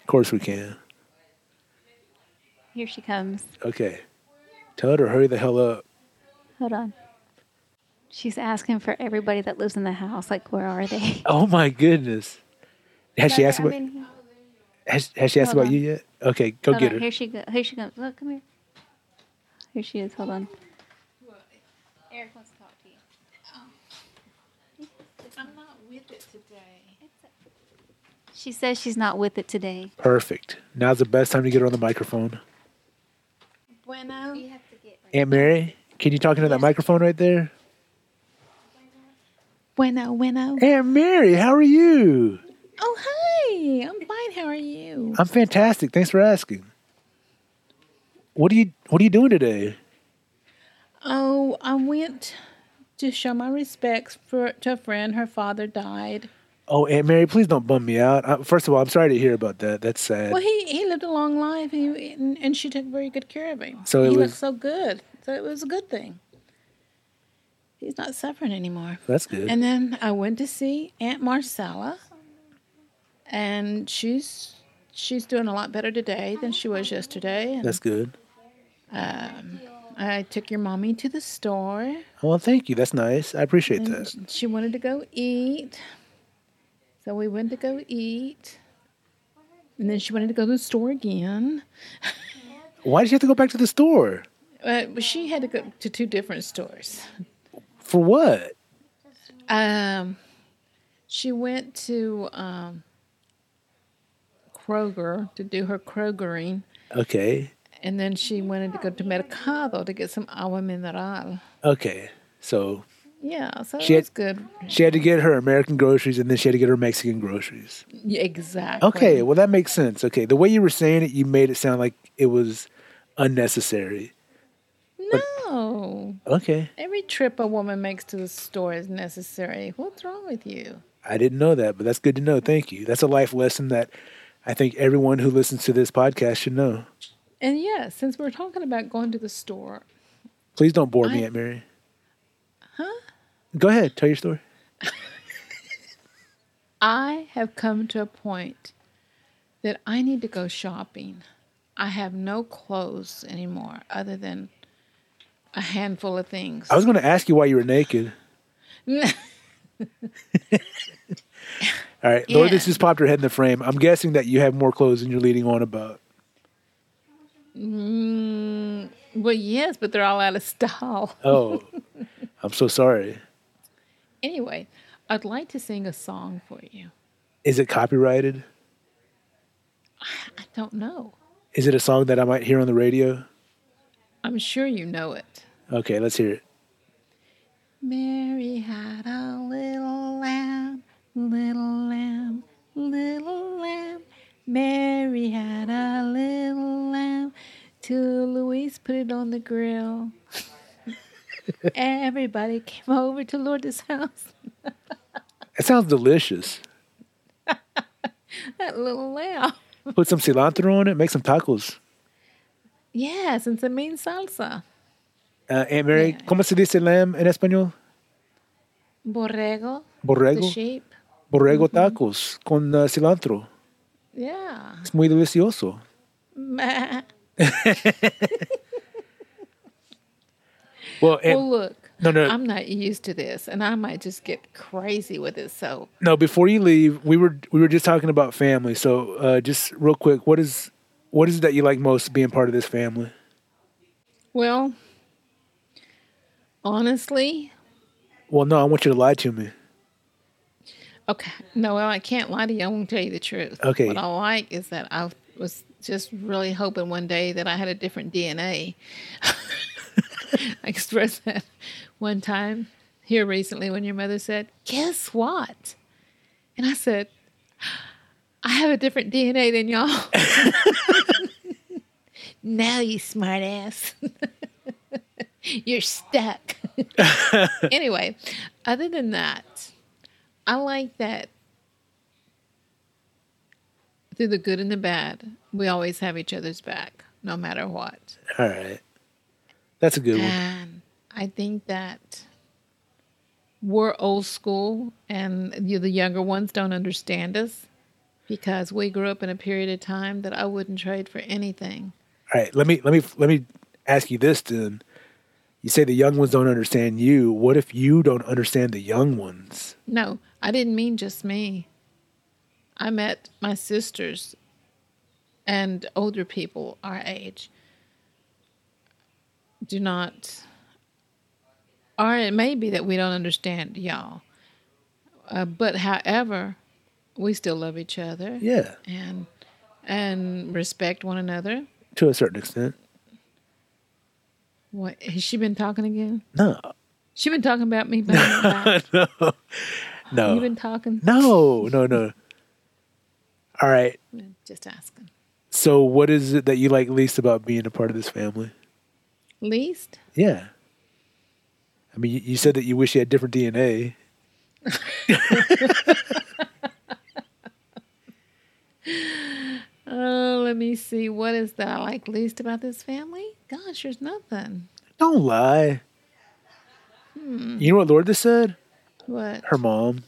Speaker 1: Of course we can.
Speaker 3: Here she comes.
Speaker 1: Okay. Tell her to hurry the hell up.
Speaker 3: Hold on. She's asking for everybody that lives in the house. Like, where are they?
Speaker 1: Oh my goodness. Has she asked
Speaker 5: I'm
Speaker 1: about
Speaker 5: in here.
Speaker 1: has, has she asked
Speaker 3: Hold
Speaker 1: about you yet? Okay, go
Speaker 3: Hold
Speaker 1: get
Speaker 3: on.
Speaker 1: her.
Speaker 3: Here she go. Here she comes. Look, come here. Here she is. Hold on.
Speaker 4: Eric wants to talk to you. Oh. I'm not with it today.
Speaker 3: She says she's not with it today.
Speaker 1: Perfect. Now's the best time to get her on the microphone.
Speaker 4: Bueno.
Speaker 5: You have to get right.
Speaker 1: Aunt Mary, can you talk into that microphone right there?
Speaker 4: Bueno, bueno.
Speaker 1: Aunt Mary, how are you?
Speaker 4: Oh, hi. I'm fine. How are you?
Speaker 1: I'm fantastic. Thanks for asking. What are you What are you doing today?
Speaker 4: Oh, I went to show my respects for to a friend. Her father died.
Speaker 1: Oh, Aunt Mary, please don't bum me out. Uh, first of all, I'm sorry to hear about that. That's sad.
Speaker 4: Well, he, he lived a long life, he, and, and she took very good care of him.
Speaker 1: So it
Speaker 4: he
Speaker 1: was-
Speaker 4: looked so good. So it was a good thing. He's not suffering anymore.
Speaker 1: That's good.
Speaker 4: And then I went to see Aunt Marcella, and she's she's doing a lot better today than she was yesterday. And um,
Speaker 1: That's good.
Speaker 4: I took your mommy to the store.
Speaker 1: Well, thank you. That's nice. I appreciate
Speaker 4: And
Speaker 1: that.
Speaker 4: sh- she wanted to go eat, so we went to go eat, and then she wanted to go to the store again.
Speaker 1: Why did you have to go back to the store?
Speaker 4: Uh, but she had to go to two different stores.
Speaker 1: For what?
Speaker 4: Um, she went to um, Kroger to do her Krogering.
Speaker 1: Okay.
Speaker 4: And then she wanted to go to Mercado to get some agua mineral.
Speaker 1: Okay. So
Speaker 4: Yeah, so
Speaker 1: She
Speaker 4: she
Speaker 1: had-
Speaker 4: was good.
Speaker 1: she had to get her American groceries and then she had to get her Mexican groceries.
Speaker 4: Yeah, exactly.
Speaker 1: Okay. Well, that makes sense. Okay. The way you were saying it, you made it sound like it was unnecessary.
Speaker 4: No,
Speaker 1: Okay.
Speaker 4: every trip a woman makes to the store is necessary. What's wrong with you?
Speaker 1: I didn't know that, but that's good to know. Thank you. That's a life lesson that I think everyone who listens to this podcast should know.
Speaker 4: And yeah, since we're talking about going to the store,
Speaker 1: Please don't bore me,
Speaker 4: I-
Speaker 1: Aunt Mary.
Speaker 4: Huh?
Speaker 1: Go ahead. Tell your story.
Speaker 4: I have come to a point that I need to go shopping. I have no clothes anymore other than a handful of things.
Speaker 1: I was going to ask you why you were naked. All right. Lord, this
Speaker 4: Yeah.
Speaker 1: just popped her head in the frame. I'm guessing that you have more clothes than you're leading on about.
Speaker 4: Mm, well, yes, but they're all out of style.
Speaker 1: Oh, I'm so sorry.
Speaker 4: Anyway, I'd like to sing a song for you.
Speaker 1: Is it copyrighted?
Speaker 4: I don't know.
Speaker 1: Is it a song that I might hear on the radio?
Speaker 4: I'm sure you know it.
Speaker 1: Okay, let's hear it.
Speaker 4: Mary had a little lamb, little lamb, little lamb. Mary had a little lamb. Till Louise put it on the grill. Everybody came over to Lourdes' house.
Speaker 1: That sounds delicious.
Speaker 4: That little lamb.
Speaker 1: Put some cilantro on it, make some tacos.
Speaker 4: Yes, and some mean salsa.
Speaker 1: Uh, Aunt Mary, ¿cómo se dice lamb en español?
Speaker 4: Borrego, the
Speaker 1: Borrego.
Speaker 4: sheep.
Speaker 1: Borrego
Speaker 4: Mm-hmm.
Speaker 1: tacos con uh, cilantro.
Speaker 4: Yeah.
Speaker 1: Es muy delicioso.
Speaker 4: Meh.
Speaker 1: Well, Aunt,
Speaker 4: well, look,
Speaker 1: no, no.
Speaker 4: I'm not used to this, and I might just get crazy with it. So,
Speaker 1: no. Before you leave, we were we were just talking about family. So, uh, just real quick, what is what is it that you like most being part of this family?
Speaker 4: well, honestly,
Speaker 1: Well, no, I want you to lie to me.
Speaker 4: okay. No, well, I can't lie to you. I won't tell you the truth.
Speaker 1: Okay.
Speaker 4: What I like is that I was just really hoping one day that I had a different DNA. I expressed that one time here recently when your mother said, Guess what? And I said, I have a different DNA than y'all. now you smart ass. You're stuck. anyway, other than that, I like that through the good and the bad, we always have each other's back, no matter what.
Speaker 1: All right, that's a good one.
Speaker 4: And I think that we're old school, and you, the younger ones don't understand us because we grew up in a period of time that I wouldn't trade for anything.
Speaker 1: All right, let me let me let me ask you this then. You say the young ones don't understand you. What if you don't understand the young ones?
Speaker 4: No, I didn't mean just me. I met my sisters and older people our age do not, or it may be that we don't understand y'all. Uh, but however, we still love each other
Speaker 1: Yeah,
Speaker 4: and and respect one another.
Speaker 1: to a certain extent.
Speaker 4: What has she been talking again?
Speaker 1: No,
Speaker 4: She been talking about me. behind my back.
Speaker 1: no,
Speaker 4: You
Speaker 1: no,
Speaker 4: been talking?
Speaker 1: no, no, no. All right.
Speaker 4: Just asking.
Speaker 1: So, what is it that you like least about being a part of this family?
Speaker 4: Least.
Speaker 1: Yeah. I mean, you, you said that you wish you had different DNA.
Speaker 4: Oh, let me see. What is that I like least about this family? Gosh, there's nothing.
Speaker 1: Don't lie. You know what Lorda said?
Speaker 4: What?
Speaker 1: Her mom.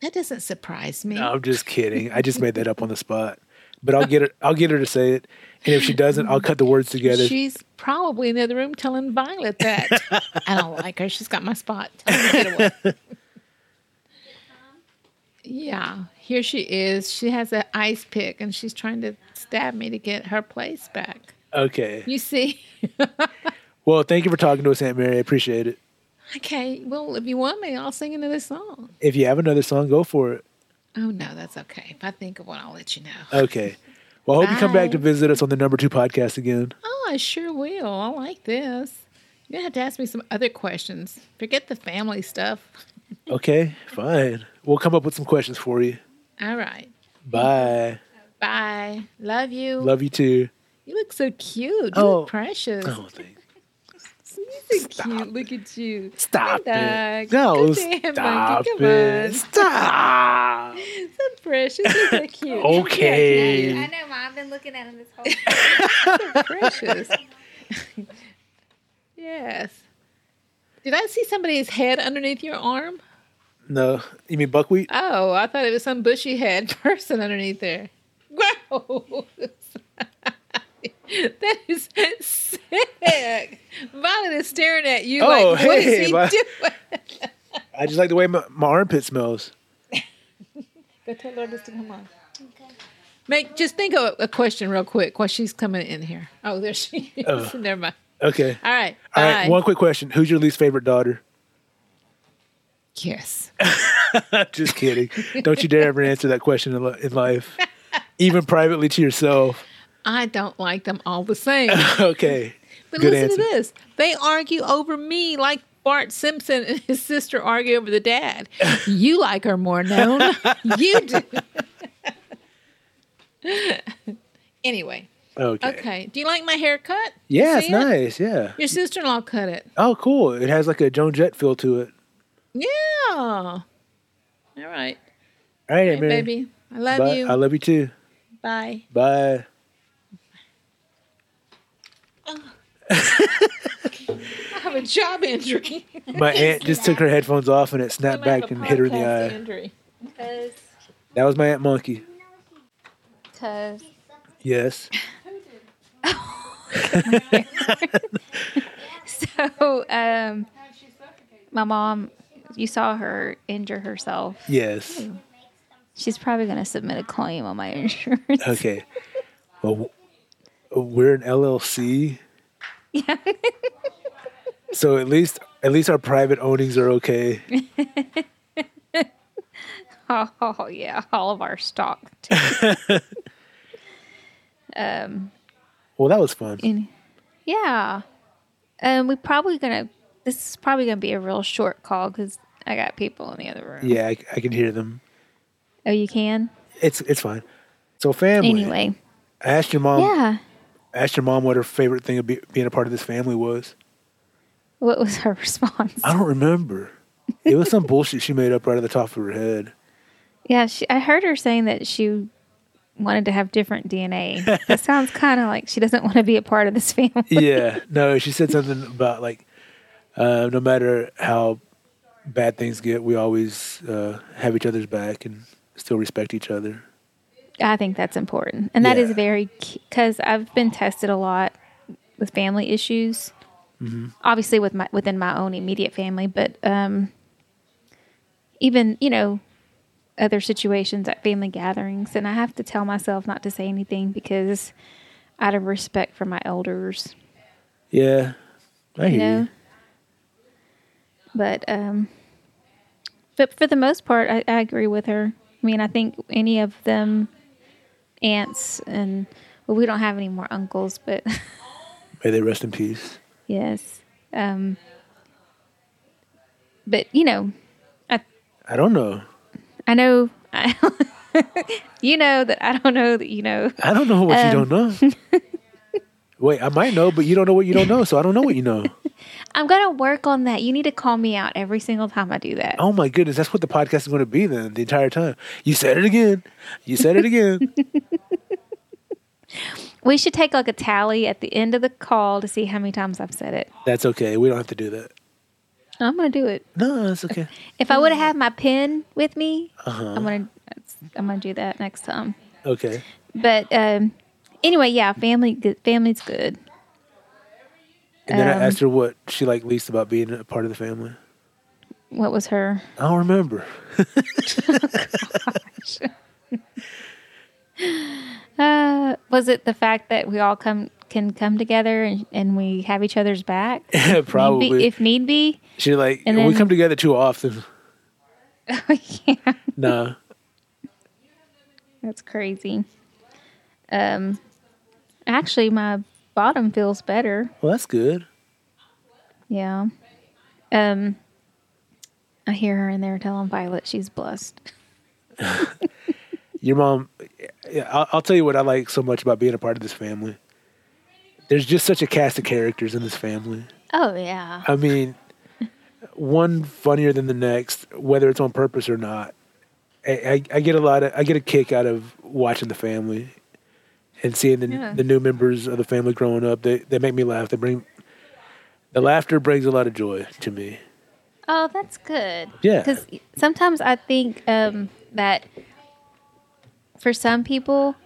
Speaker 4: That doesn't surprise me.
Speaker 1: I'm just kidding. I just made that up on the spot. But I'll get her. I'll get her to say it. And if she doesn't, I'll cut the words together.
Speaker 4: She's probably in the other room telling Violet that. I don't like her. She's got my spot. Tell her to get away. yeah, here she is. She has an ice pick and she's trying to stab me to get her place back.
Speaker 1: okay.
Speaker 4: You see?
Speaker 1: Well, thank you for talking to us, Aunt Mary. I appreciate it.
Speaker 4: okay, well, if you want me, I'll sing another song.
Speaker 1: If you have another song, go for it.
Speaker 4: Oh, no, that's okay. If I think of one, I'll let you know.
Speaker 1: Okay. Well, I hope you come back
Speaker 4: Bye.
Speaker 1: to visit us on the number two podcast again.
Speaker 4: Oh, I sure will. I like this. You're gonna have to ask me some other questions. Forget the family stuff.
Speaker 1: Okay. Fine. We'll come up with some questions for you.
Speaker 4: All right.
Speaker 1: Bye.
Speaker 4: Bye. Love you.
Speaker 1: Love you too.
Speaker 4: you look so cute. You
Speaker 1: Oh.
Speaker 4: look precious.
Speaker 1: Oh, thanks.
Speaker 4: You're so cute. Look at you.
Speaker 1: Stop
Speaker 4: Hey,
Speaker 1: it.
Speaker 4: Doug.
Speaker 1: No,
Speaker 4: Good damn,
Speaker 1: stop
Speaker 4: Mikey. Come
Speaker 1: it.
Speaker 4: on.
Speaker 1: Stop.
Speaker 4: So precious. You're so cute.
Speaker 1: Okay.
Speaker 3: I know, Mom. I've been looking at him this whole time.
Speaker 4: so precious. yes. Did I see somebody's head underneath your arm?
Speaker 1: No, you mean buckwheat?
Speaker 4: Oh, I thought it was some bushy head person underneath there. Gross. that is sick. Violet is staring at you
Speaker 1: Oh,
Speaker 4: like, what
Speaker 1: hey,
Speaker 4: is he
Speaker 1: Vi-
Speaker 4: doing?
Speaker 1: I just like the way my, my armpit smells.
Speaker 4: Go tell Lourdes to come on. Make just think of a question real quick while she's coming in here. Oh, there she is.
Speaker 1: Oh.
Speaker 4: Never mind.
Speaker 1: Okay.
Speaker 4: All right.
Speaker 1: All right.
Speaker 4: bye.
Speaker 1: One quick question. Who's your least favorite daughter?
Speaker 4: Yes.
Speaker 1: just kidding. Don't you dare ever answer that question in, li- in life, even privately to yourself.
Speaker 4: I don't like them all the same.
Speaker 1: Okay.
Speaker 4: But
Speaker 1: Good
Speaker 4: listen
Speaker 1: answer.
Speaker 4: to this. They argue over me like Bart Simpson and his sister argue over the dad. You like her more known. you do. anyway,
Speaker 1: Okay.
Speaker 4: Okay. Do you like my haircut? You
Speaker 1: Yeah, it's
Speaker 4: see it?
Speaker 1: nice. Yeah.
Speaker 4: Your sister in law cut it.
Speaker 1: Oh, cool. It has like a Joan Jett feel to it.
Speaker 4: Yeah. All right.
Speaker 1: All right,
Speaker 4: Hey,
Speaker 1: Mary.
Speaker 4: baby. I love
Speaker 1: Bye.
Speaker 4: you.
Speaker 1: I love you too.
Speaker 4: Bye.
Speaker 1: Bye.
Speaker 4: Oh. I have a job injury.
Speaker 1: My aunt just took her headphones off and it snapped back and hit her in the eye.
Speaker 4: Injury.
Speaker 3: Because,
Speaker 1: That was my aunt Monkey.
Speaker 3: because
Speaker 1: Yes.
Speaker 3: so um, my mom, you saw her injure herself.
Speaker 1: yes.
Speaker 3: She's probably going to submit a claim on my insurance.
Speaker 1: Okay. Well, w- we're an LLC,
Speaker 3: Yeah.
Speaker 1: so at least at least our private ownings are okay.
Speaker 3: oh yeah, all of our stock. too. um.
Speaker 1: Well, that was fun.
Speaker 3: in- yeah. Um. We're probably gonna. This is probably gonna be a real short call because I got people in the other room.
Speaker 1: Yeah, I, I can hear them.
Speaker 3: Oh, you can.
Speaker 1: It's it's fine. So family.
Speaker 3: Anyway.
Speaker 1: I asked your mom.
Speaker 3: yeah.
Speaker 1: I asked your mom what her favorite thing of be, being a part of this family was.
Speaker 3: What was her response?
Speaker 1: I don't remember. It was some bullshit she made up right at the top of her head.
Speaker 3: Yeah, she, I heard her saying that she wanted to have different DNA. that sounds kind of like she doesn't want to be a part of this family.
Speaker 1: Yeah, no, she said something about like, uh, no matter how bad things get, we always uh, have each other's back and still respect each other.
Speaker 3: I think that's important. And that is
Speaker 1: Yeah.
Speaker 3: very because I've been tested a lot with family issues. Obviously, with my within my own immediate family, but um, even you know other situations at family gatherings, and I have to tell myself not to say anything because out of respect for my elders,
Speaker 1: Yeah, I
Speaker 3: you
Speaker 1: hear
Speaker 3: know.
Speaker 1: you.
Speaker 3: But um, but for the most part, I, I agree with her. I mean, I think any of them, aunts and well, we don't have any more uncles, but
Speaker 1: May they rest in peace.
Speaker 3: yes. Um, but you know,
Speaker 1: I don't know.
Speaker 3: I know. I, you know that I don't know that you know.
Speaker 1: I don't know what you don't know. Wait, I might know, but you don't know what you don't know, so I don't know what you know.
Speaker 3: I'm gonna work on that. You need to call me out every single time I do that.
Speaker 1: Oh my goodness, that's what the podcast is going to be then the entire time. You said it again. You said it again.
Speaker 3: We should take like a tally at the end of the call to see how many times I've said it.
Speaker 1: that's okay. We don't have to do that.
Speaker 3: I'm gonna do it.
Speaker 1: No, that's okay.
Speaker 3: If I would have had my pen with me,
Speaker 1: Uh
Speaker 3: I'm
Speaker 1: huh.
Speaker 3: gonna that's- I'm gonna do that next time.
Speaker 1: Okay.
Speaker 3: But um, anyway, yeah, family good. Family's good.
Speaker 1: And then
Speaker 3: Um,
Speaker 1: I asked her what she liked least about being a part of the family.
Speaker 3: What was her?
Speaker 1: I don't remember.
Speaker 3: Uh, was it the fact that we all come can come together and, and we have each other's back? Need
Speaker 1: Probably.
Speaker 3: be, if need be.
Speaker 1: she like
Speaker 3: and
Speaker 1: we
Speaker 3: then-
Speaker 1: come together too often.
Speaker 3: yeah,
Speaker 1: no.
Speaker 3: that's crazy. Um, actually, my bottom feels better.
Speaker 1: Well, that's good.
Speaker 3: Yeah. Um, I hear her in there telling Violet she's blessed.
Speaker 1: Your mom. Yeah, I'll, I'll tell you what I like so much about being a part of this family. There's just such a cast of characters in this family.
Speaker 3: Oh yeah.
Speaker 1: I mean, one funnier than the next, whether it's on purpose or not. I, I, I get a lot of I get a kick out of watching the family and seeing the
Speaker 3: Yeah.
Speaker 1: the new members of the family growing up. They they make me laugh. They bring the laughter brings a lot of joy to me.
Speaker 3: Oh, that's good.
Speaker 1: Yeah.
Speaker 3: Because sometimes I think um, that for some people,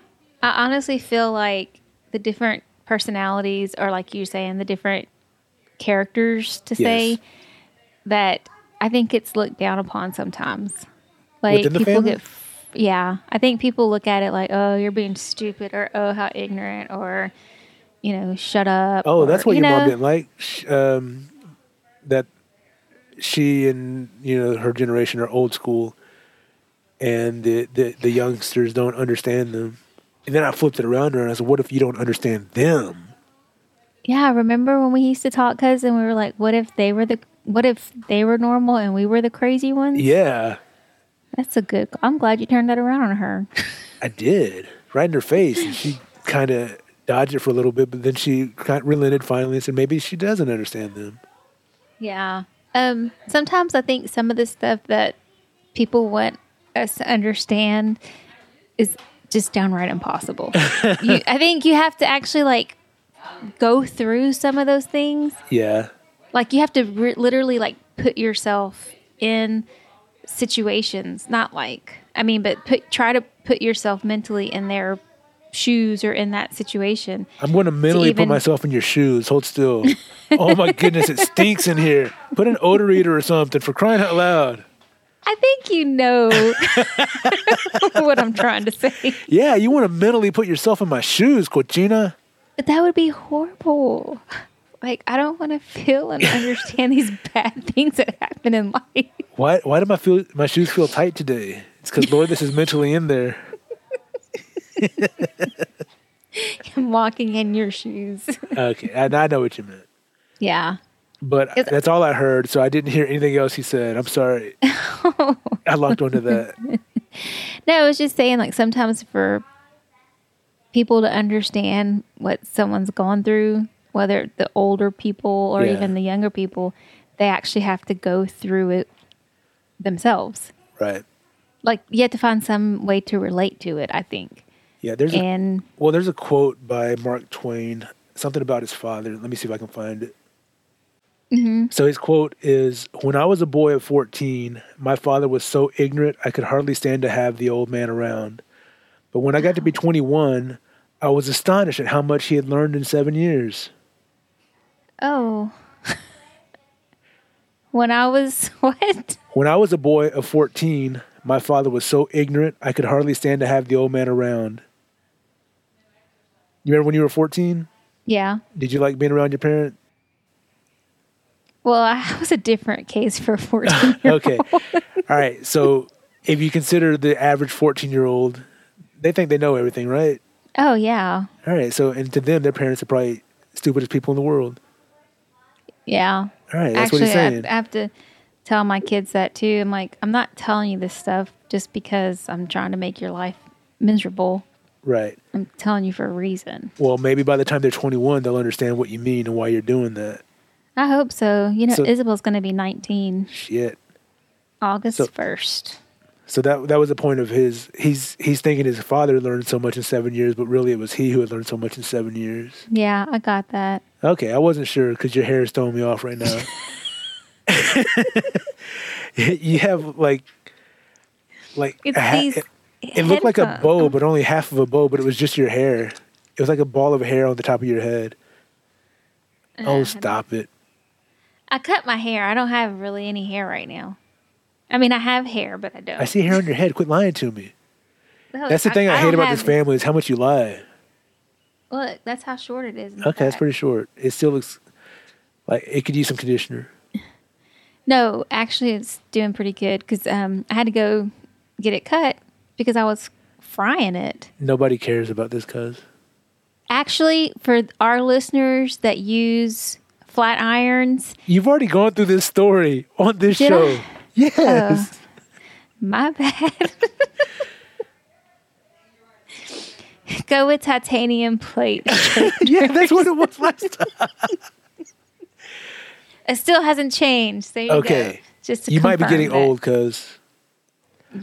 Speaker 3: I honestly feel like the different personalities, or like you're saying, the different characters to say
Speaker 1: Yes.
Speaker 3: that I think it's looked down upon sometimes. Like
Speaker 1: Within the
Speaker 3: people
Speaker 1: family?
Speaker 3: get, yeah. I think people look at it like, oh, you're being stupid, or oh, how ignorant, or you know, shut up.
Speaker 1: Oh,
Speaker 3: or,
Speaker 1: that's what
Speaker 3: you
Speaker 1: your
Speaker 3: know,
Speaker 1: mom didn't like. Sh- Um, that she and you know her generation are old school, and the, the the youngsters don't understand them. And then I flipped it around her and I said, "What if you don't understand them?"
Speaker 3: Yeah, remember when we used to talk cousin, we were like, what if they were the what if they were normal and we were the crazy ones?
Speaker 1: Yeah,
Speaker 3: That's a good I'm glad you turned that around on her.
Speaker 1: I did right in her face, and she kind of dodged it for a little bit, but then she kind of relented finally and said maybe she doesn't understand them.
Speaker 3: Yeah. Um, sometimes I think some of the stuff that people want us to understand is just downright impossible. you, I think you have to actually like go through some of those things.
Speaker 1: Yeah,
Speaker 3: Like you have to re- literally like put yourself in situations, not like I mean, but put try to put yourself mentally in their shoes or in that situation.
Speaker 1: I'm going to mentally put
Speaker 3: even-
Speaker 1: myself in your shoes. Hold still. oh my goodness, it stinks in here. Put an odor eater or something for crying out loud.
Speaker 3: I think you know what I'm trying to say.
Speaker 1: Yeah, you want to mentally put yourself in my shoes, Cochina.
Speaker 3: But that would be horrible. Like, I don't want to feel and understand these bad things that happen in life.
Speaker 1: Why? Why do my feel, my shoes feel tight today? It's because Lord, this is mentally in there.
Speaker 3: I'm walking in your shoes.
Speaker 1: Okay, I, I know what you meant,
Speaker 3: Yeah.
Speaker 1: but
Speaker 3: It's-
Speaker 1: that's all I heard. So I didn't hear anything else he said. I'm sorry. I locked onto that.
Speaker 3: No, I was just saying, like, sometimes for people to understand what someone's gone through, whether the older people or
Speaker 1: Yeah.
Speaker 3: even the younger people, they actually have to go through it themselves.
Speaker 1: Right.
Speaker 3: Like, you have to find some way to relate to it, I think.
Speaker 1: Yeah. There's a
Speaker 3: And
Speaker 1: Well, there's a quote by Mark Twain, something about his father. Let me see if I can find it. Mm-hmm. So his quote is When I was a boy at 14, my father was so ignorant I could hardly stand to have the old man around. But when I got to be 21, I was astonished at how much he had learned in seven years.
Speaker 3: Oh. when I was what?
Speaker 1: When I was a boy of 14, my father was so ignorant I could hardly stand to have the old man around. You remember when you were 14?
Speaker 3: Yeah.
Speaker 1: Did you like being around your parents?
Speaker 3: Well, I was a different case for 14 year
Speaker 1: okay. All right. So if you consider the average 14 year old, they think they know everything, right?
Speaker 3: Oh yeah.
Speaker 1: All right. So, and to them, their parents are probably stupidest people in the world.
Speaker 3: Yeah.
Speaker 1: All right. That's
Speaker 3: Actually
Speaker 1: what he's saying.
Speaker 3: I, I have to tell my kids that too. I'm like, I'm not telling you this stuff just because I'm trying to make your life miserable.
Speaker 1: right.
Speaker 3: I'm telling you for a reason.
Speaker 1: Well, maybe by the time they're 21, they'll understand what you mean and why you're doing that.
Speaker 3: I hope so. You know,
Speaker 1: So-
Speaker 3: Isabel's going to be 19
Speaker 1: Shit.
Speaker 3: August
Speaker 1: So-
Speaker 3: 1st.
Speaker 1: So that that was the point of his. He's he's thinking his father learned so much in seven years, but really it was he who had learned so much in seven years.
Speaker 3: Yeah, I got that.
Speaker 1: Okay, I wasn't sure because your hair is throwing me off right now. you have like, like
Speaker 3: It's
Speaker 1: a ha-
Speaker 3: these
Speaker 1: it, it looked like a
Speaker 3: headphones.
Speaker 1: bow, but only half of a bow. But it was just your hair. It was like a ball of hair on the top of your head.
Speaker 3: Uh,
Speaker 1: Oh, stop it!
Speaker 3: I cut my hair. I don't have really any hair right now. I mean, I have hair, but I don't.
Speaker 1: I see hair on your head. Quit lying to me.
Speaker 3: Look,
Speaker 1: That's the thing I, hate
Speaker 3: don't
Speaker 1: about
Speaker 3: have-
Speaker 1: this family is how much you lie.
Speaker 3: Look, that's how short it is. in the
Speaker 1: Okay, that's
Speaker 3: back.
Speaker 1: pretty short. It still looks like it could use some conditioner.
Speaker 3: No, actually, it's doing pretty good because um, I had to go get it cut because I was frying it.
Speaker 1: Nobody cares about this, cuz.
Speaker 3: Actually, for our listeners that use flat irons,
Speaker 1: You've already gone through this story on this
Speaker 3: Did I? Oh.
Speaker 1: show. Yes.
Speaker 3: my bad. go with titanium plate.
Speaker 1: yeah, that's what it was last time.
Speaker 3: It still hasn't changed. There you go.
Speaker 1: Okay.
Speaker 3: Just to
Speaker 1: You might be
Speaker 3: confirm
Speaker 1: getting
Speaker 3: that.
Speaker 1: old, cuz.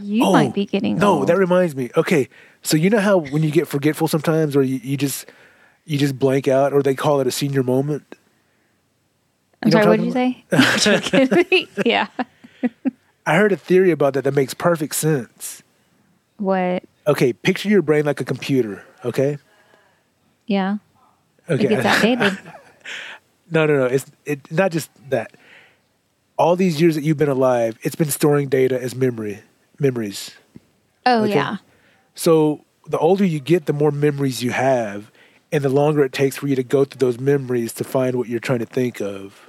Speaker 3: You
Speaker 1: Oh,
Speaker 3: might be getting
Speaker 1: no,
Speaker 3: old.
Speaker 1: that reminds me. Okay, so you know how when you get forgetful sometimes, or you, you just you just blank out, or they call it a senior moment.
Speaker 3: I'm
Speaker 1: You know
Speaker 3: sorry, what
Speaker 1: what
Speaker 3: did
Speaker 1: I'm
Speaker 3: you say? Joking. yeah.
Speaker 1: I heard a theory about that that makes perfect sense.
Speaker 3: What?
Speaker 1: Okay, picture your brain like a computer. Okay.
Speaker 3: Yeah. It
Speaker 1: Okay.
Speaker 3: gets outdated.
Speaker 1: no, no, no. It's it, not just that. All these years that you've been alive, it's been storing data as memory, memories.
Speaker 3: Oh,
Speaker 1: Okay.
Speaker 3: yeah.
Speaker 1: So the older you get, the more memories you have, and the longer it takes for you to go through those memories to find what you're trying to think of.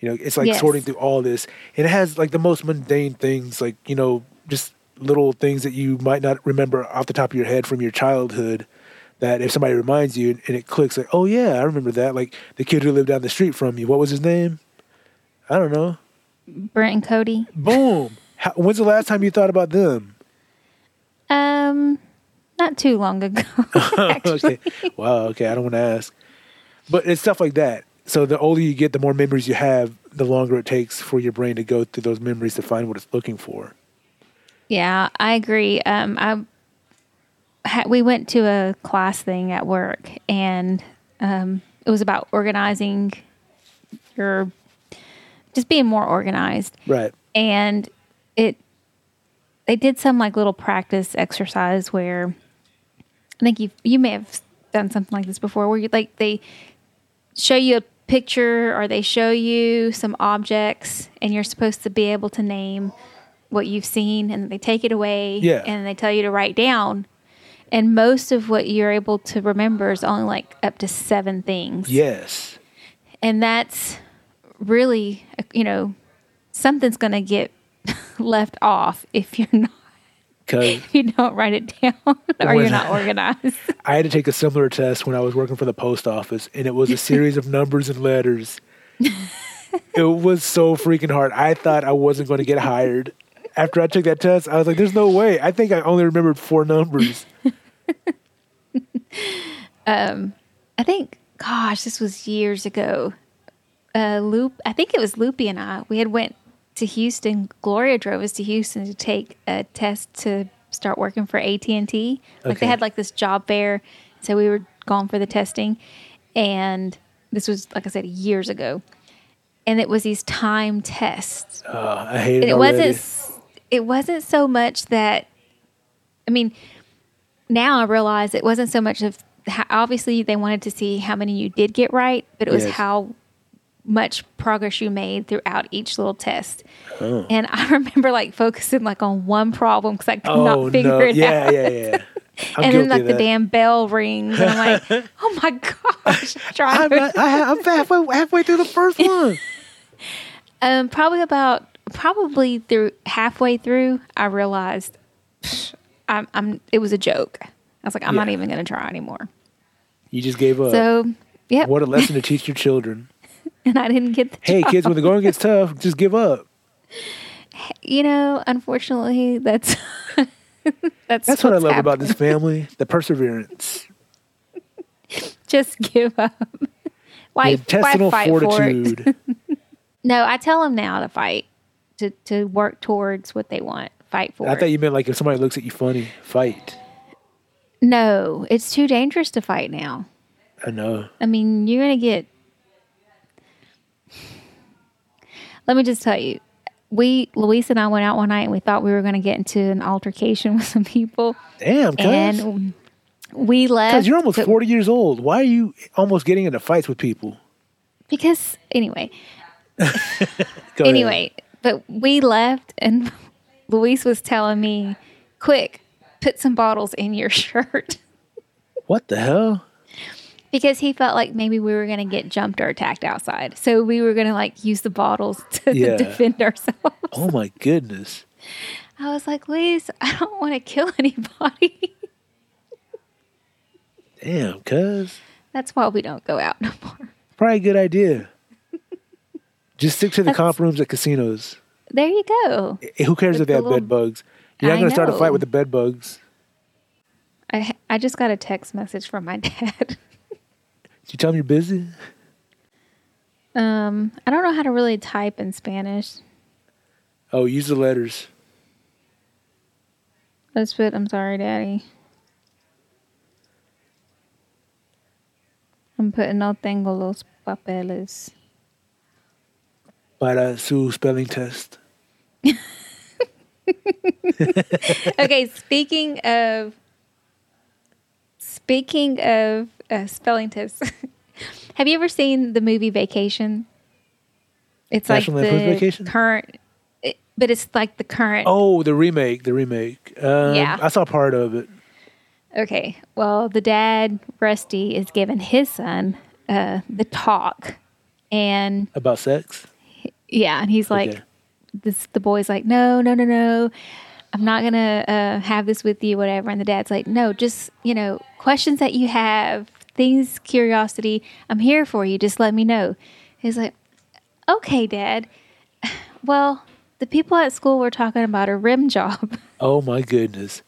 Speaker 1: You know, it's like
Speaker 3: Yes.
Speaker 1: sorting through all this, and it has like the most mundane things, like you know, just little things that you might not remember off the top of your head from your childhood. That if somebody reminds you and it clicks, like, oh yeah, I remember that. Like the kid who lived down the street from you, what was his name? I don't know.
Speaker 3: Brent and Cody.
Speaker 1: Boom. How, when's the last time you thought about them?
Speaker 3: Um, Not too long ago. actually.
Speaker 1: okay. Wow. Okay. I don't want to ask, but it's stuff like that. So the older you get, the more memories you have, the longer it takes for your brain to go through those memories to find what it's looking for.
Speaker 3: Yeah, I agree. Um, I ha- we went to a class thing at work, and um, it was about organizing your, just being more organized.
Speaker 1: Right.
Speaker 3: and it they did some like little practice exercise where I think you you may have done something like this before where you like they show you a picture or they show you some objects and you're supposed to be able to name what you've seen and they take it away
Speaker 1: Yeah.
Speaker 3: and they tell you to write down and most of what you're able to remember is only like up to seven things
Speaker 1: Yes.
Speaker 3: and that's really you know something's going to get left off if you're not
Speaker 1: Because
Speaker 3: if you don't write it down or
Speaker 1: When-
Speaker 3: you're not organized
Speaker 1: I had to take a similar test when I was working for the post office, and it was a series of numbers and letters. it was so freaking hard. I thought I wasn't going to get hired. After I took that test, I was like, "There's no way." I think I only remembered four numbers.
Speaker 3: i think gosh this was years ago uh loop i think it was loopy and i we had went to houston gloria drove us to houston to take a test to start working for at&t like
Speaker 1: Okay.
Speaker 3: they had like this job fair so we were gone for the testing and this was like i said years ago and it was these time tests
Speaker 1: Uh, I hated it.
Speaker 3: Oh. and it
Speaker 1: already.
Speaker 3: wasn't s- it wasn't so much that i mean now i realize it wasn't so much of how, obviously they wanted to see how many you did get right but it was
Speaker 1: Yes.
Speaker 3: how much progress you made throughout each little test and i remember like focusing like on one problem because i could
Speaker 1: Oh
Speaker 3: not figure
Speaker 1: no!
Speaker 3: it
Speaker 1: Yeah,
Speaker 3: out
Speaker 1: yeah, yeah. I'm
Speaker 3: and
Speaker 1: guilty
Speaker 3: then like
Speaker 1: of
Speaker 3: the
Speaker 1: that.
Speaker 3: damn bell rings and i'm like oh my gosh trying
Speaker 1: I'm,
Speaker 3: to-
Speaker 1: not, I, ha- I'm halfway, halfway through the first one.
Speaker 3: Um, probably about probably through halfway through, I realized psh, I'm, I'm it was a joke. I was like, I'm not
Speaker 1: Yeah.
Speaker 3: even going to try anymore.
Speaker 1: You just gave up.
Speaker 3: so, yep,
Speaker 1: what a lesson to teach your children.
Speaker 3: and I didn't get the
Speaker 1: Hey,
Speaker 3: job.
Speaker 1: kids, when the going gets tough, just give up.
Speaker 3: You know, unfortunately, that's that's
Speaker 1: That's what I
Speaker 3: what's
Speaker 1: love about
Speaker 3: happened.
Speaker 1: this family: the perseverance,
Speaker 3: Just give up.
Speaker 1: the
Speaker 3: why,
Speaker 1: intestinal
Speaker 3: why fight for it?
Speaker 1: fortitude.
Speaker 3: No, I tell them now to fight to to work towards what they want. Fight for
Speaker 1: I
Speaker 3: it.
Speaker 1: thought you meant like if somebody looks at you funny, fight.
Speaker 3: no, it's too dangerous to fight now.
Speaker 1: I know.
Speaker 3: I mean, you're going to get. Let me just tell you. We, Luis and I went out one night and we thought we were going to get into an altercation with some people.
Speaker 1: Damn, cuz.
Speaker 3: And we left.
Speaker 1: Cuz you're almost
Speaker 3: but-
Speaker 1: 40 years old. Why are you almost getting into fights with people?
Speaker 3: Because, anyway,
Speaker 1: Go ahead.
Speaker 3: anyway, but we left and Luis was telling me, quick, put some bottles in your shirt.
Speaker 1: What the hell?
Speaker 3: Because he felt like maybe we were going to get jumped or attacked outside. So we were going to like use the bottles to
Speaker 1: Yeah.
Speaker 3: defend ourselves.
Speaker 1: Oh my goodness.
Speaker 3: I was like, Luis, I don't want to kill anybody.
Speaker 1: Damn, cuz.
Speaker 3: That's why we don't go out no more.
Speaker 1: Probably a good idea. Just stick to the comp rooms at casinos.
Speaker 3: There you go.
Speaker 1: Eh, Who cares if
Speaker 3: With
Speaker 1: they
Speaker 3: the
Speaker 1: have
Speaker 3: little-
Speaker 1: bed bugs? You're not
Speaker 3: I
Speaker 1: going to start a
Speaker 3: know.
Speaker 1: fight with the bed bugs.
Speaker 3: I I just got a text message from my dad.
Speaker 1: Did you tell them you're busy?
Speaker 3: Um, I don't know how to really type in Spanish.
Speaker 1: Oh, use the letters.
Speaker 3: Let's put I'm sorry, Daddy. I'm putting no tengo los papeles.
Speaker 1: Para su spelling test.
Speaker 3: okay, speaking of speaking of uh, spelling tips, have you ever seen the movie Vacation? It's
Speaker 1: National
Speaker 3: like the
Speaker 1: Lampoon's Vacation?
Speaker 3: current, it, but it's like the current.
Speaker 1: Oh, the remake, the remake. Um,
Speaker 3: Yeah.
Speaker 1: I saw part of it.
Speaker 3: Okay, well, the dad Rusty is giving his son uh, the talk, and
Speaker 1: About sex?
Speaker 3: Yeah, and he's like,
Speaker 1: Okay.
Speaker 3: this. The boy's like, no, no, no, no, I'm not gonna uh, have this with you, whatever. And the dad's like, no, just you know, questions that you have, things, curiosity, I'm here for you. Just let me know. He's like, okay, dad. Well, the people at school we're talking about are rim job.
Speaker 1: Oh my goodness.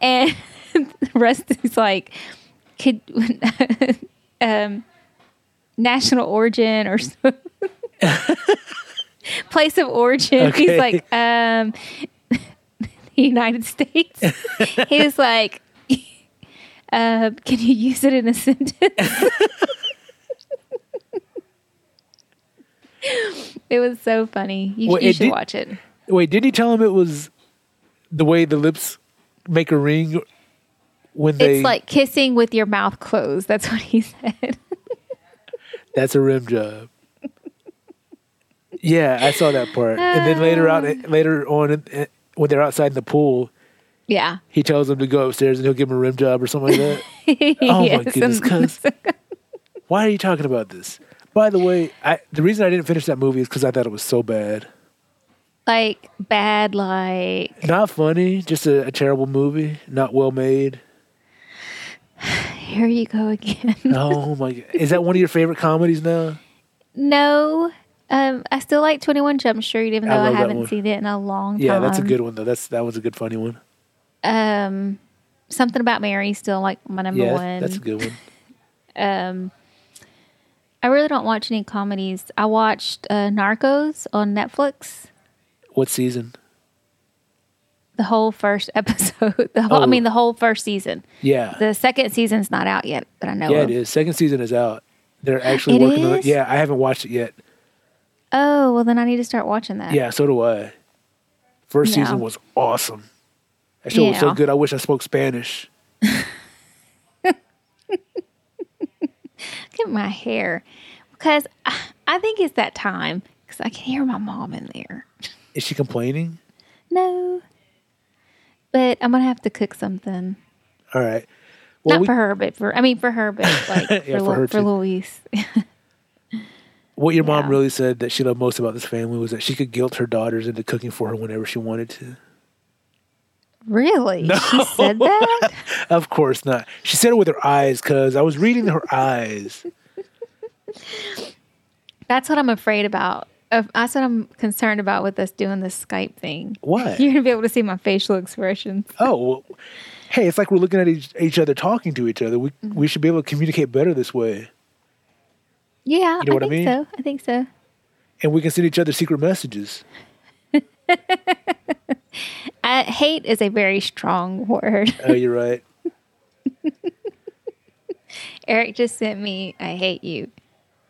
Speaker 3: and Rusty's like, could um, national origin or so. place of origin.
Speaker 1: Okay.
Speaker 3: He's like, um, the United States. he was like, uh, can you use it in a sentence? it was so funny. You,
Speaker 1: Well,
Speaker 3: you
Speaker 1: it
Speaker 3: should
Speaker 1: did-
Speaker 3: watch it.
Speaker 1: Wait, didn't he tell him it was the way the lips make a ring when they?
Speaker 3: It's like kissing with your mouth closed. That's what he said.
Speaker 1: that's a rim job. yeah, I saw that part. And then later out, later on, eh, when they're outside in the pool,
Speaker 3: yeah.
Speaker 1: he tells him to go upstairs and he'll give him a rim job or something like that. Oh my goodness, cuz why are you talking about this? By the way, I, the reason I didn't finish that movie is because I thought it was so bad.
Speaker 3: like bad, like
Speaker 1: Not funny, just a, a terrible movie, not well made.
Speaker 3: here you go again.
Speaker 1: Oh my! g- Is that one of your favorite comedies now?
Speaker 3: No, um, I still like Twenty One Jump Street, even
Speaker 1: I
Speaker 3: though I,
Speaker 1: love that one.
Speaker 3: haven't seen it in a long time.
Speaker 1: Yeah, that's a good one though. That's that was a good funny one.
Speaker 3: Um, something about Mary still like my number
Speaker 1: yeah,
Speaker 3: one.
Speaker 1: that's a good one.
Speaker 3: um, I really don't watch any comedies. I watched uh, Narcos on Netflix.
Speaker 1: What season?
Speaker 3: The whole first episode. The whole,
Speaker 1: Oh.
Speaker 3: I mean, the whole first season.
Speaker 1: Yeah,
Speaker 3: The second season's not out yet that I know
Speaker 1: yeah,
Speaker 3: of.
Speaker 1: it is. Second season is out. They're actually
Speaker 3: It
Speaker 1: working on it.
Speaker 3: is?
Speaker 1: Yeah, I haven't watched it yet.
Speaker 3: Oh well, then I need to start watching that.
Speaker 1: Yeah, so do I. First
Speaker 3: Uh, Yeah.
Speaker 1: season was awesome. That show was so
Speaker 3: Yeah.
Speaker 1: good. I wish I spoke Spanish.
Speaker 3: Look at my hair, because I, I think it's that time because I can hear my mom in there.
Speaker 1: Is she complaining?
Speaker 3: No. But I'm gonna have to cook something.
Speaker 1: All right.
Speaker 3: Not
Speaker 1: we-
Speaker 3: for her, but for I mean for her, but like
Speaker 1: Yeah,
Speaker 3: for,
Speaker 1: for
Speaker 3: Lu-
Speaker 1: her
Speaker 3: for
Speaker 1: too.
Speaker 3: Louise.
Speaker 1: What your mom
Speaker 3: Yeah.
Speaker 1: really said that she loved most about this family was that she could guilt her daughters into cooking for her whenever she wanted to.
Speaker 3: really? She said that?
Speaker 1: Of course not. She said it with her eyes, cuz I was reading her eyes.
Speaker 3: That's what I'm afraid about. Of- That's what I'm concerned about with us doing this Skype thing.
Speaker 1: What?
Speaker 3: You're gonna be able to see my facial expressions.
Speaker 1: Oh, well, hey, it's like we're looking at each, each other talking to each other. We
Speaker 3: Mm-hmm.
Speaker 1: we should be able to communicate better this way.
Speaker 3: Yeah,
Speaker 1: You know
Speaker 3: I
Speaker 1: what I
Speaker 3: think
Speaker 1: mean?
Speaker 3: so. I think so.
Speaker 1: And we can send each other secret messages.
Speaker 3: I, hate is a very strong word.
Speaker 1: Oh, you're right.
Speaker 3: Eric just sent me, I hate you.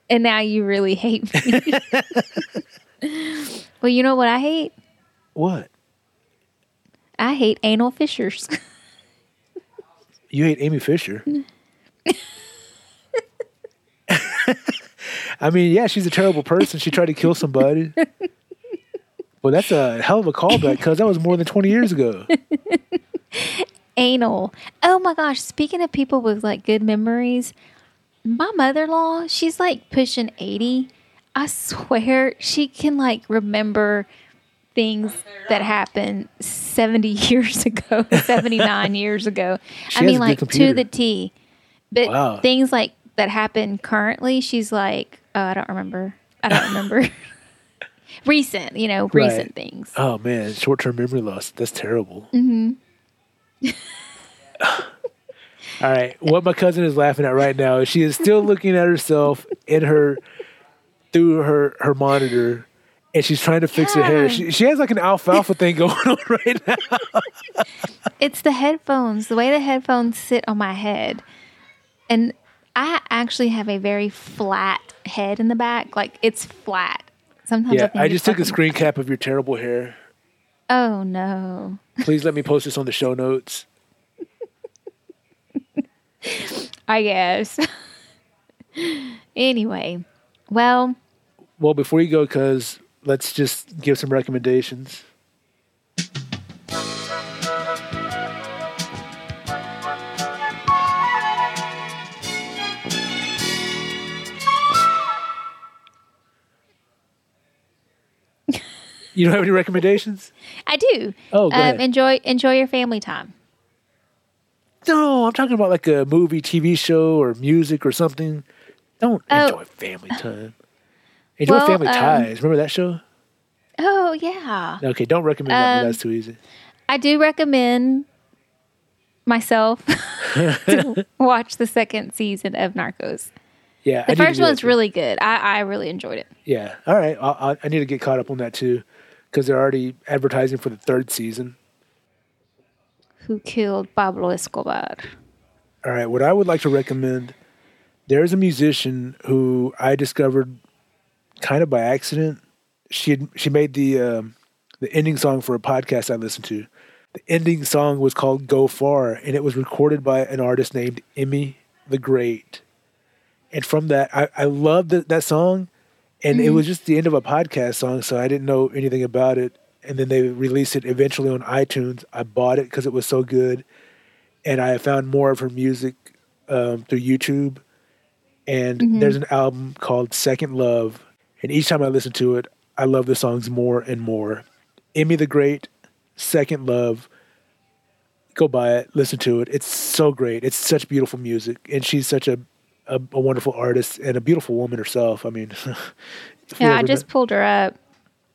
Speaker 3: And now you really hate me. well, you know what I hate?
Speaker 1: What?
Speaker 3: I hate anal fissures.
Speaker 1: You hate Amy Fisher. I mean, yeah, she's a terrible person. She tried to kill somebody. Well, that's a hell of a callback because that was more than 20 years ago.
Speaker 3: anal. Oh my gosh. Speaking of people with like good memories, my mother in law, she's like pushing 80. I swear she can like remember things that happened 70 years ago, 79 years ago.
Speaker 1: She has
Speaker 3: I
Speaker 1: a
Speaker 3: mean,
Speaker 1: good
Speaker 3: like
Speaker 1: computer.
Speaker 3: to the T. But
Speaker 1: Wow.
Speaker 3: things like that happen currently, she's like, oh, I don't remember. I don't remember. recent, you know,
Speaker 1: Right.
Speaker 3: recent things.
Speaker 1: Oh, man, short term memory loss. That's terrible. All right. What my cousin is laughing at right now is she is still looking at herself in her through her her monitor and she's trying to fix her hair.
Speaker 3: Yeah.
Speaker 1: She, she has like an alfalfa thing going on right now.
Speaker 3: It's the headphones, the way the headphones sit on my head. And I actually have a very flat head in the back. Like it's flat. Sometimes
Speaker 1: Yeah,
Speaker 3: think
Speaker 1: I
Speaker 3: it's
Speaker 1: just took a
Speaker 3: fucking-
Speaker 1: screen cap of your terrible hair.
Speaker 3: Oh no.
Speaker 1: Please let me post this on the show notes.
Speaker 3: I guess. anyway, well,
Speaker 1: Well, before you go, because let's just give some recommendations. you don't have any recommendations?
Speaker 3: I do. um,
Speaker 1: Oh, go ahead.
Speaker 3: enjoy enjoy your family time.
Speaker 1: No, I'm talking about like a movie, TV show, or music or something. Don't
Speaker 3: Oh.
Speaker 1: enjoy family time. Enjoy
Speaker 3: Well,
Speaker 1: family
Speaker 3: um,
Speaker 1: ties. Remember that show?
Speaker 3: Oh yeah.
Speaker 1: Okay, don't recommend that. one.
Speaker 3: Um,
Speaker 1: That's too easy.
Speaker 3: I do recommend myself to watch the second season of Narcos.
Speaker 1: Yeah,
Speaker 3: The
Speaker 1: I need to
Speaker 3: first
Speaker 1: do that
Speaker 3: one's
Speaker 1: too.
Speaker 3: really good. I, I really enjoyed it.
Speaker 1: Yeah. All right. I, I, I need to get caught up on that too, because they're already advertising for the third season.
Speaker 3: Who killed Pablo Escobar?
Speaker 1: All right. What I would like to recommend there's a musician who I discovered kind of by accident. She had, she made the um, the ending song for a podcast I listened to. The ending song was called "Go Far," and it was recorded by an artist named Emmy the Great. And from that, I, I loved that, that song, and it was just the end of a podcast song, so I didn't know anything about it. And then they released it eventually on iTunes. I bought it because it was so good, and I found more of her music um, through YouTube. And
Speaker 3: Mm-hmm.
Speaker 1: there's an album called Second Love, and each time I listen to it, I love the songs more and more. Emmy the Great, Second Love. Go buy it, listen to it. It's so great. It's such beautiful music, and she's such a a, a wonderful artist and a beautiful woman herself. I mean,
Speaker 3: Yeah, I
Speaker 1: whoever-
Speaker 3: just pulled her up.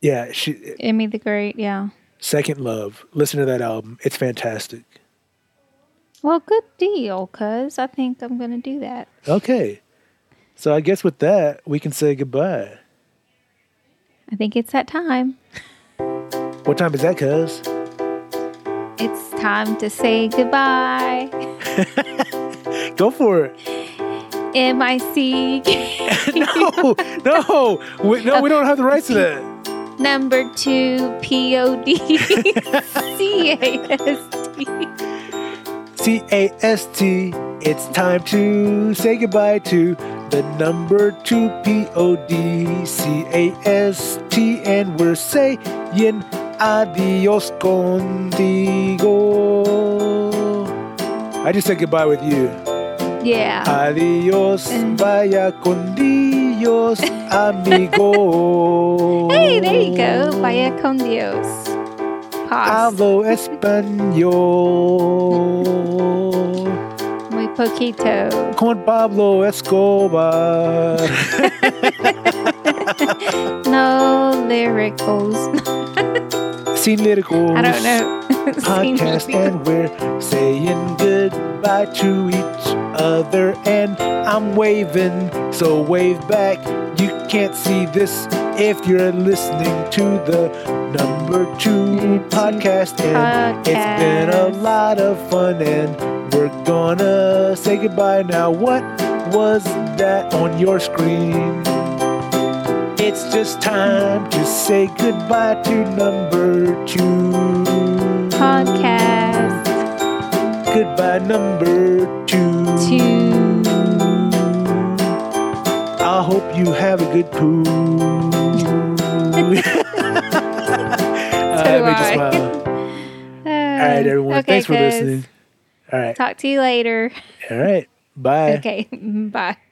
Speaker 1: yeah, she
Speaker 3: Emmy the Great. Yeah.
Speaker 1: Second Love. Listen to that album. It's fantastic.
Speaker 3: Well, good deal, cuz I think I'm going to do that.
Speaker 1: Okay. So I guess with that, we can say goodbye.
Speaker 3: I think it's that time.
Speaker 1: What time is that, cuz?
Speaker 3: It's time to say goodbye.
Speaker 1: Go for it.
Speaker 3: M I C
Speaker 1: No, no, we, no, we don't have the rights to that.
Speaker 3: number two P O D C A S T.
Speaker 1: C A S T, it's time to say goodbye to the number two P O D C A S T, and we're saying adios contigo. I just said goodbye with you.
Speaker 3: Yeah.
Speaker 1: Adios,
Speaker 3: Mm.
Speaker 1: vaya con Dios, amigo.
Speaker 3: Hey, there you go. Vaya con Dios. Pause.
Speaker 1: Hablo español
Speaker 3: Muy poquito.
Speaker 1: con Pablo Escobar.
Speaker 3: No lyricals.
Speaker 1: Sin lyricals.
Speaker 3: I don't know. Same
Speaker 1: Podcast,
Speaker 3: lyrics.
Speaker 1: and we're saying goodbye to each other. And I'm waving, so wave back. You can't see this if you're listening to the number two podcast. And it's been a
Speaker 3: Podcast.
Speaker 1: lot of fun, and we're gonna say goodbye now. What was that on your screen? It's just time to say goodbye to number two.
Speaker 3: Podcast
Speaker 1: Goodbye, number two.
Speaker 3: two.
Speaker 1: I hope you have a good poo.
Speaker 3: So
Speaker 1: I
Speaker 3: do
Speaker 1: made you
Speaker 3: I.
Speaker 1: smile. All right, everyone. Thanks for listening. All right.
Speaker 3: Talk to you later.
Speaker 1: All right. Bye.
Speaker 3: Okay. Bye.